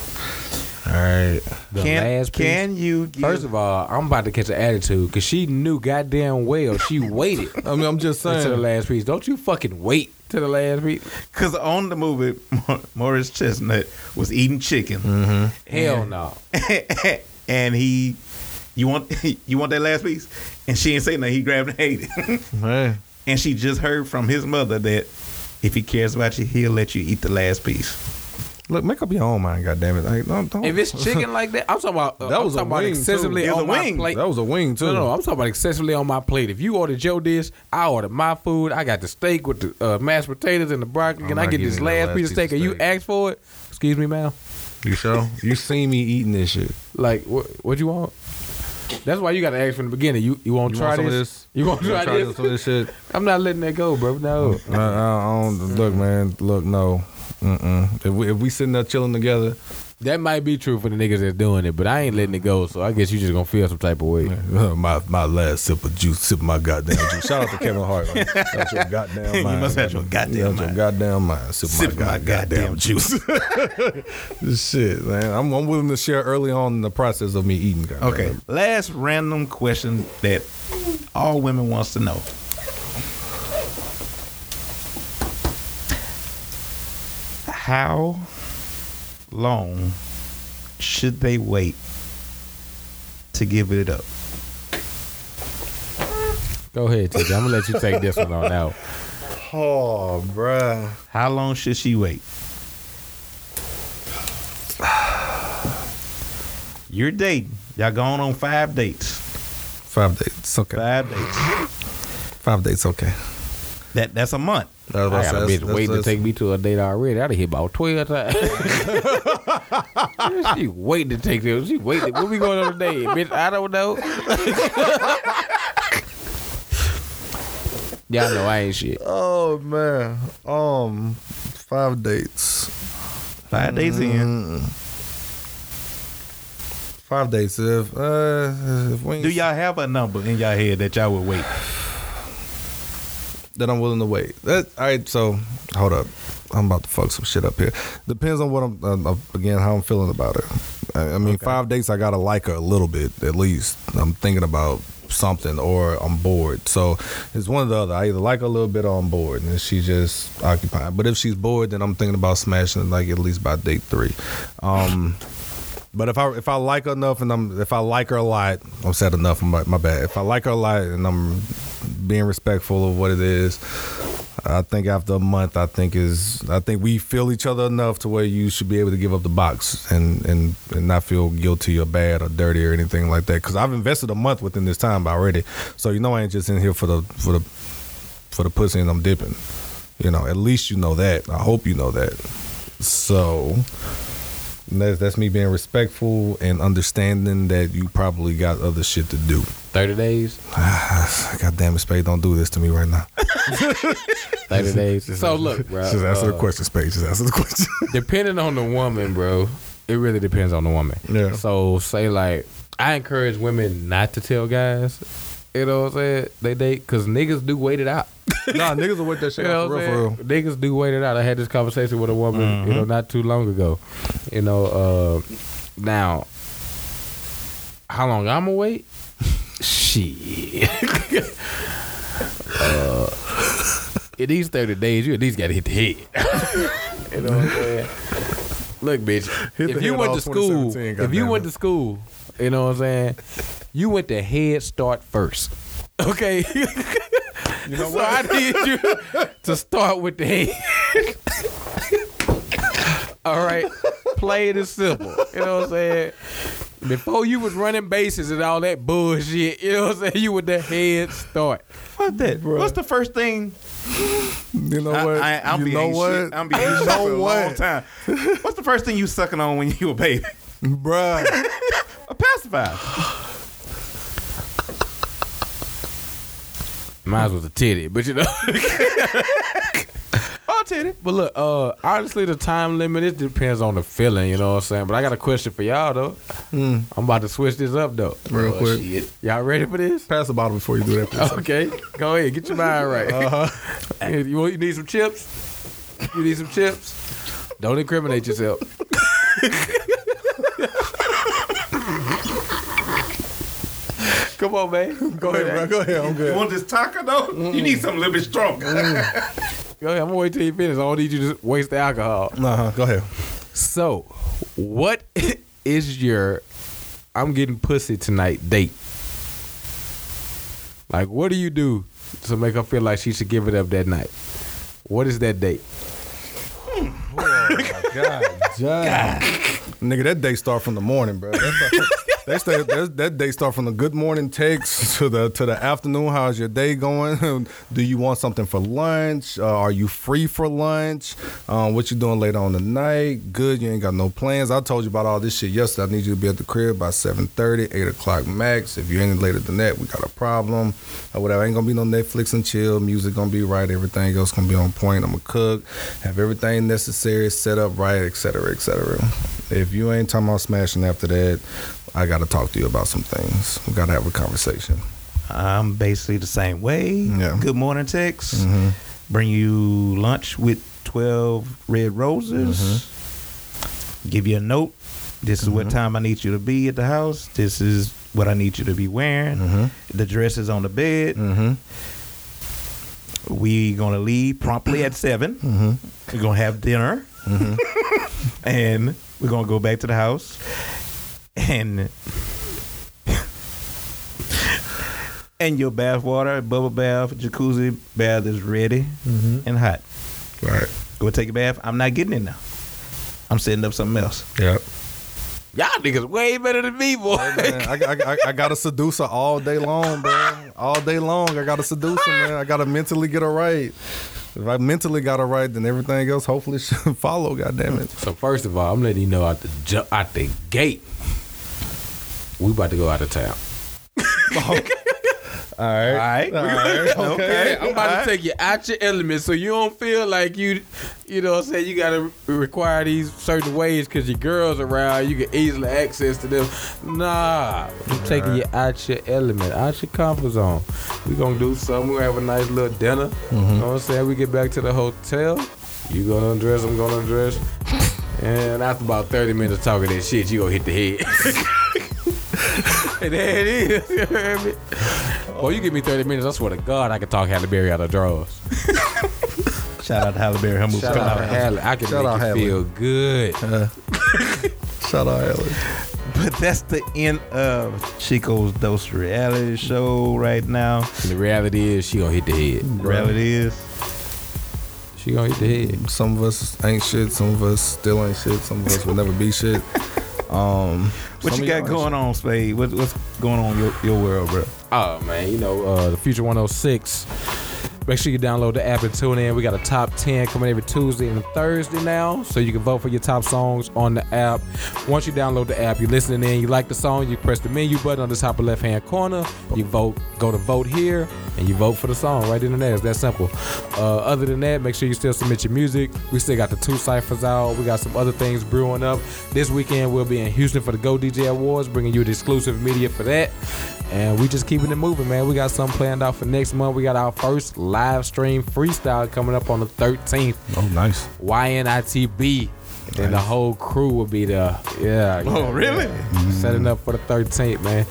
Speaker 3: All right.
Speaker 2: The
Speaker 1: can,
Speaker 2: last piece.
Speaker 1: can you give
Speaker 2: First of all, I'm about to catch an attitude because she knew goddamn well she waited
Speaker 3: *laughs* I mean, I'm just
Speaker 2: to the
Speaker 3: saying.
Speaker 2: last piece. Don't you fucking wait to the last piece?
Speaker 1: Because on the movie, Mor- Morris Chestnut was eating chicken.
Speaker 2: Hell no.
Speaker 1: *laughs* and he, you want *laughs* you want that last piece, and she ain't say nothing. He grabbed and ate it, *laughs*
Speaker 3: Man.
Speaker 1: and she just heard from his mother that if he cares about you, he'll let you eat the last piece.
Speaker 3: Look, make up your own mind, goddammit. Like, don't, don't.
Speaker 2: If it's chicken like that, I'm talking about. Uh,
Speaker 3: *laughs* That
Speaker 2: I'm
Speaker 3: was a
Speaker 2: talking about
Speaker 3: wing,
Speaker 2: excessively
Speaker 3: too.
Speaker 1: It was
Speaker 2: on
Speaker 1: a
Speaker 2: my
Speaker 1: wing.
Speaker 2: plate.
Speaker 3: that was a wing, too.
Speaker 2: No, no, no, I'm talking about excessively on my plate. If you ordered your dish, I ordered my food. I got the steak with the uh, mashed potatoes and the broccoli,
Speaker 3: I'm
Speaker 2: and I
Speaker 3: not
Speaker 2: get this
Speaker 3: getting that
Speaker 2: last piece of steak, and you
Speaker 3: steak.
Speaker 2: asked for it. Excuse me, ma'am.
Speaker 3: You sure? You seen me eating this shit.
Speaker 2: Like, what? What you want? That's why you got to ask from the beginning. You you want
Speaker 3: You
Speaker 2: to try
Speaker 3: want some of
Speaker 2: this?
Speaker 3: this?
Speaker 2: You want to
Speaker 3: You
Speaker 2: try,
Speaker 3: wanna try
Speaker 2: this?
Speaker 3: some of this Mm-hmm. shit?
Speaker 2: I'm not letting that go, bro. No.
Speaker 3: I, I don't, look, man. Look, no. Mm-mm. If we, if we sitting there chilling together,
Speaker 2: That might be true for the niggas that's doing it, but I ain't letting it go. So I guess you just gonna feel some type of way.
Speaker 3: *laughs* my my last sip of juice, sip my goddamn juice. Shout out to Kevin
Speaker 1: *laughs*
Speaker 3: Hart. Man. That's your goddamn
Speaker 1: You
Speaker 3: mind.
Speaker 1: must have your goddamn
Speaker 3: That's
Speaker 1: mind.
Speaker 3: Your goddamn mind. Sip,
Speaker 1: Sip
Speaker 3: my,
Speaker 1: my goddamn
Speaker 3: goddamn,
Speaker 1: *laughs* juice.
Speaker 3: juice. shit, man. I'm, I'm willing to share early on in the process of me eating. Goddamn.
Speaker 1: okay, last random question that all women wants to know. How long should they wait to give it up?
Speaker 2: Go ahead, TJ. I'm gonna let you take this one on out.
Speaker 3: Oh, bruh.
Speaker 1: How long should she wait? You're dating. Y'all going on five dates.
Speaker 3: Five dates. Okay.
Speaker 1: Five dates.
Speaker 3: Five dates. Okay.
Speaker 1: That that's a month.
Speaker 3: That's
Speaker 2: I got a bitch waiting to take me to a date already. I'd hit about twelve times. *laughs* she waiting to take this. She waiting. Where we going on a date, bitch? I don't know. *laughs* Y'all know I ain't shit.
Speaker 3: Oh man. Um, five dates. Mm.
Speaker 1: Five dates in.
Speaker 3: Five dates. If uh, if we ain't-
Speaker 1: Do y'all have a number in y'all head that y'all would wait?
Speaker 3: that I'm willing to wait. That, all right, so hold up, I'm about to fuck some shit up here. Depends on what I'm uh, uh, again how I'm feeling about it. I, I mean, five dates I gotta like her a little bit at least. I'm thinking about something or I'm bored. So it's one or the other. I either like her a little bit or I'm bored, and she's just occupied. But if she's bored, then I'm thinking about smashing it, like at least by date three. Um. But if I if I like her enough and I'm if I like her a lot, I'm said enough. My, my bad. If I like her a lot and I'm being respectful of what it is, I think after a month, I think is I think we feel each other enough to where you should be able to give up the box and and and not feel guilty or bad or dirty or anything like that. Because I've invested a month within this time already, so you know I ain't just in here for the for the for the pussy and I'm dipping. You know, at least you know that. I hope you know that. So. And That's, that's me being respectful and understanding that you probably got other shit to do. *sighs*
Speaker 2: Thirty days.
Speaker 3: God damn it, Spade, don't do this to me right now. *laughs*
Speaker 2: Thirty days. So look, bro.
Speaker 3: Just answer the
Speaker 2: uh,
Speaker 3: question, Spade. Just answer the question.
Speaker 2: depending on the woman, bro. It really depends on the woman.
Speaker 3: Yeah.
Speaker 2: So say like I encourage women not to tell guys You know what I'm saying? They date because niggas do wait it out.
Speaker 3: *laughs* nah, niggas will work that
Speaker 2: *laughs* You
Speaker 3: shit
Speaker 2: know
Speaker 3: out
Speaker 2: what
Speaker 3: for
Speaker 2: I'm
Speaker 3: real, for
Speaker 2: saying?
Speaker 3: real. Mm-hmm.
Speaker 2: Niggas do wait it out. I had this conversation with a woman, you know, not too long ago. You know, uh, now how long I'ma wait? *laughs* Shit. Uh, in these thirty days, you at least gotta hit the head. *laughs* you know what I'm saying? Look, bitch.
Speaker 3: Hit the
Speaker 2: if you
Speaker 3: head
Speaker 2: went
Speaker 3: all
Speaker 2: to school,
Speaker 3: 2017,
Speaker 2: if you
Speaker 3: goddammit.
Speaker 2: went to school, you know what I'm saying? You went to Head Start first. Okay. *laughs*
Speaker 3: You know
Speaker 2: So I need you to start with the head. *laughs* All right. Play it is simple. You know what I'm saying? Before you was running bases and all that bullshit, you know what I'm saying? You with the head start.
Speaker 1: Fuck that. What's the first thing?
Speaker 3: You know
Speaker 1: I,
Speaker 3: what?
Speaker 1: I, I'm
Speaker 3: you
Speaker 1: be
Speaker 3: know
Speaker 1: ain't
Speaker 3: what?
Speaker 1: Shit. I'm be ain't shit for a long time.
Speaker 3: *laughs*
Speaker 1: What's the first thing you sucking on when you a baby? *laughs*
Speaker 3: Bruh.
Speaker 1: A pacifier.
Speaker 2: Mine was a titty, but you *laughs* know.
Speaker 1: Oh, titty.
Speaker 2: But look, uh, honestly, the time limit it depends on the feeling. You know what I'm saying? But I got a question for y'all though. I'm about to switch this up though.
Speaker 3: Hmm. Real
Speaker 2: Oh,
Speaker 3: quick.
Speaker 2: shit. y'all ready for
Speaker 3: *laughs*
Speaker 2: this?
Speaker 3: Pass the bottle before you do that. please.
Speaker 2: Okay, go ahead, get your mind right.
Speaker 3: Uh-huh.
Speaker 2: Hey, *laughs* You, want- you need some chips? You need some chips? Don't incriminate
Speaker 3: *laughs*
Speaker 2: yourself. Come on, man. Go
Speaker 3: Go
Speaker 2: ahead,
Speaker 3: ahead, bro. Go ahead. I'm
Speaker 1: You
Speaker 3: good.
Speaker 1: want this taco though? You need something a little bit stronger.
Speaker 3: Mm.
Speaker 2: Go ahead. I'm gonna wait till you finish. I don't need you to waste the alcohol.
Speaker 3: Nah, go ahead.
Speaker 2: So, what *laughs* is your I'm getting pussy tonight date? Like, what do you do to make her feel like she should give it up that night? What is that date?
Speaker 3: Nigga, that day start from the morning, bro. That's- *laughs* They stay, that's- that day start from the good morning text to the to the afternoon. How's your day going? *laughs* Do you want something for lunch? Uh, are you free for lunch? Um, what you doing later on the night? Good. You ain't got no plans. I told you about all this shit yesterday. I need you to be at the crib by 7.30, 8 o'clock max. If you ain't later than that, we got a problem or whatever. Ain't gonna be no Netflix and chill. Music gonna be right. Everything else gonna be on point. I'm gonna cook, have everything necessary set up right, et cetera, et cetera. If you ain't talking about smashing after that, I gotta talk to you about some things. We gotta have a conversation.
Speaker 1: I'm basically the same way.
Speaker 3: Yeah.
Speaker 1: Good morning text. Bring you lunch with 12 red roses. Give you a note. This is what time I need you to be at the house. This is what I need you to be wearing. The dress is on the bed.
Speaker 3: Mm-hmm.
Speaker 1: We gonna leave promptly at 7 we We're gonna have dinner, *laughs* and we're gonna go back to the house, and *laughs* and your bath water, bubble bath, jacuzzi bath is ready
Speaker 2: Mm-hmm.
Speaker 1: and hot.
Speaker 3: Right.
Speaker 1: Go take a bath. I'm not getting it now. I'm setting up something else.
Speaker 3: Yep.
Speaker 2: Y'all niggas way better than me, boy.
Speaker 3: Man, I, I, I, I got a seducer all day long, bro. All day long, I got a seducer, man. I gotta mentally get her right. If I mentally got her right, then everything else hopefully should *laughs* follow. God damn
Speaker 2: *laughs*
Speaker 3: it.
Speaker 2: So first of all, I'm letting you know out the ju- out the gate, we about to go out of town.
Speaker 3: All right.
Speaker 1: right.
Speaker 3: All
Speaker 1: *laughs*
Speaker 3: right. Okay.
Speaker 2: I'm about to take you out your element, so you don't feel like you, you know, what I'm saying you gotta re- require these certain ways because your girls around, you can easily access to them. Nah, I'm taking you out your element, out your comfort zone. We gonna do something. We gonna have a nice little dinner. You know what I'm saying? We get back to the hotel. You gonna undress? I'm gonna undress. And after about 30 minutes talking that shit, you gonna hit the head. *laughs* and there it is. You heard me? Boy, you give me 30 minutes, I swear to God, I can talk Halle Berry out of drawers.
Speaker 1: Shout out to Halle Berry. Her movie's
Speaker 2: Shout
Speaker 1: coming
Speaker 2: out
Speaker 1: out.
Speaker 2: Halle. I can
Speaker 3: Shout
Speaker 2: make
Speaker 3: out
Speaker 2: you feel
Speaker 3: Halle.
Speaker 2: good.
Speaker 3: Shout out, Alex.
Speaker 1: *laughs* But that's the end of Chico's Dose Reality Show right now.
Speaker 2: And the reality is, she gonna hit the head.
Speaker 1: Reality is.
Speaker 2: She gonna hit the head.
Speaker 3: Some of us ain't shit. Some of us still ain't shit. Some of us will never be shit. Um,
Speaker 1: What
Speaker 3: some
Speaker 1: you
Speaker 3: of
Speaker 1: got
Speaker 3: y'all
Speaker 1: going on, Spade? What, what's going on in your, your world, bro?
Speaker 2: Oh man, you know uh, the Future 106. Make sure you download the app and tune in. We got a top 10 coming every Tuesday and Thursday now, so you can vote for your top songs on the app. Once you download the app, you're listening in, you like the song, you press the menu button on the top of left hand corner, you vote, go to vote here, and you vote for the song right in the there. It's that simple. Uh, other than that, make sure you still submit your music. We still got the two ciphers out, we got some other things brewing up. This weekend, we'll be in Houston for the Go DJ Awards, bringing you the exclusive media for that. And we just keeping it moving, man. We got something planned out for next month. We got our first live stream freestyle coming up on the 13th.
Speaker 3: Oh, nice.
Speaker 2: YNITB. And the whole crew will be there. Yeah.
Speaker 1: Oh,
Speaker 2: yeah,
Speaker 1: really?
Speaker 2: yeah. Setting up for the 13th, man.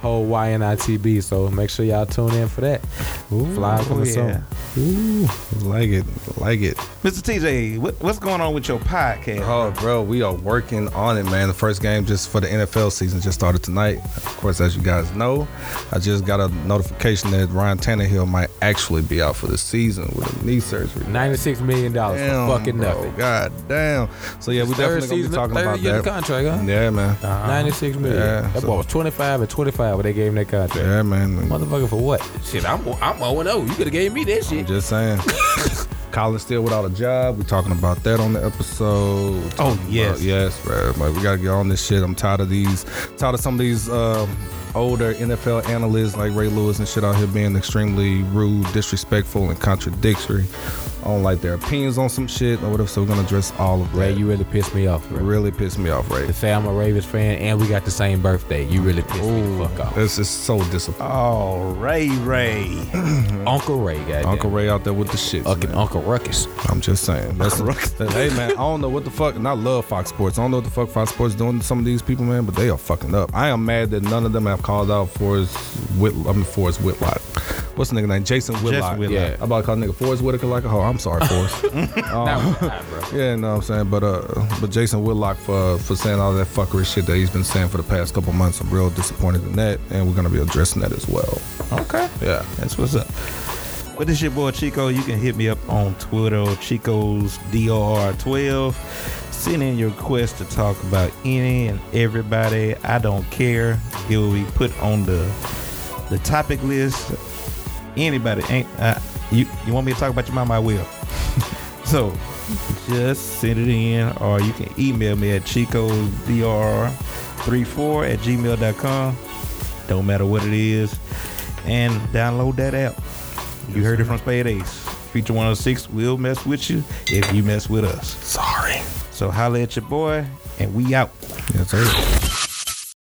Speaker 2: Whole YNITB. So make sure y'all tune in for that. Fly coming soon.
Speaker 3: Ooh, like it, like it.
Speaker 1: Mr. TJ, what, what's going on with your podcast?
Speaker 3: Oh, bro, we are working on it, man. The first game just for the NFL season just started tonight. Of course, as you guys know, I just got a notification that Ryan Tannehill might actually be out for the season with a knee surgery.
Speaker 2: $96 million
Speaker 3: Damn,
Speaker 2: for fucking
Speaker 3: bro.
Speaker 2: nothing.
Speaker 3: God damn. So yeah, we
Speaker 2: Third
Speaker 3: definitely gonna be
Speaker 2: season,
Speaker 3: talking
Speaker 2: third
Speaker 3: about
Speaker 2: year of the
Speaker 3: that.
Speaker 2: contract, huh?
Speaker 3: Yeah, man.
Speaker 2: 96 million.
Speaker 3: Yeah,
Speaker 2: that
Speaker 3: so-
Speaker 2: boy was 25 and 25 when they gave him that contract.
Speaker 3: Yeah, man.
Speaker 2: Motherfucker, for what? Shit, I'm I'm 0 0. You could have gave me that
Speaker 3: I'm
Speaker 2: shit.
Speaker 3: just saying.
Speaker 1: *laughs*
Speaker 3: Colin still without a job. We're talking about that on the episode. We're talking about-
Speaker 1: Oh, yes.
Speaker 3: yes, bro. Like we gotta get on this shit. I'm tired of these. Tired of some of these um, older NFL analysts like Ray Lewis and shit out here being extremely rude, disrespectful, and contradictory. I don't like their opinions on some shit or whatever. So we're gonna address all of that.
Speaker 2: Ray, you really pissed me off, bro.
Speaker 3: really pissed me off, Ray.
Speaker 2: To say I'm a Ravens fan and we got the same birthday, you really pissed me the fuck off.
Speaker 3: This is so disappointing.
Speaker 1: Oh, Ray Ray.
Speaker 2: Uncle Ray, goddamn.
Speaker 3: Uncle Ray out there with the shit.
Speaker 2: Fucking Uncle Ruckus.
Speaker 3: I'm just saying. That's that- hey man, I don't know what the fuck, and I love Fox Sports. I don't know what the fuck Fox Sports doing to some of these people, man, but they are fucking up. I am mad that none of them have called out Forrest Whit. I mean Forrest Whitlock. What's the nigga name? Jason Whitlock.
Speaker 1: Whitlock.
Speaker 2: Yeah.
Speaker 3: I'm about to call nigga Forrest Whitaker like a hoe. I'm sorry, Forrest. um,
Speaker 2: Nah, nah, bro.
Speaker 3: yeah, know what I'm saying, but uh, but Jason Whitlock for for saying all that fuckery shit that he's been saying for the past couple months. I'm real disappointed in that, and we're gonna be addressing that as well.
Speaker 1: Okay.
Speaker 3: Yeah.
Speaker 1: That's what's up. Well, this your boy Chico. You can hit me up on Twitter, Chico's DOR12. Send in your request to talk about any and everybody. I don't care. It will be put on the the topic list. Anybody ain't uh, you? You want me to talk about your mama? I will. *laughs* so just send it in, or you can email me at chicosdr34 at gmail.com. Don't matter what it is. And download that app. You heard it from Spade Ace. Feature 106 will mess with you if you mess with us.
Speaker 3: Sorry.
Speaker 1: So holla at your boy, and we out.
Speaker 3: Yes, sir.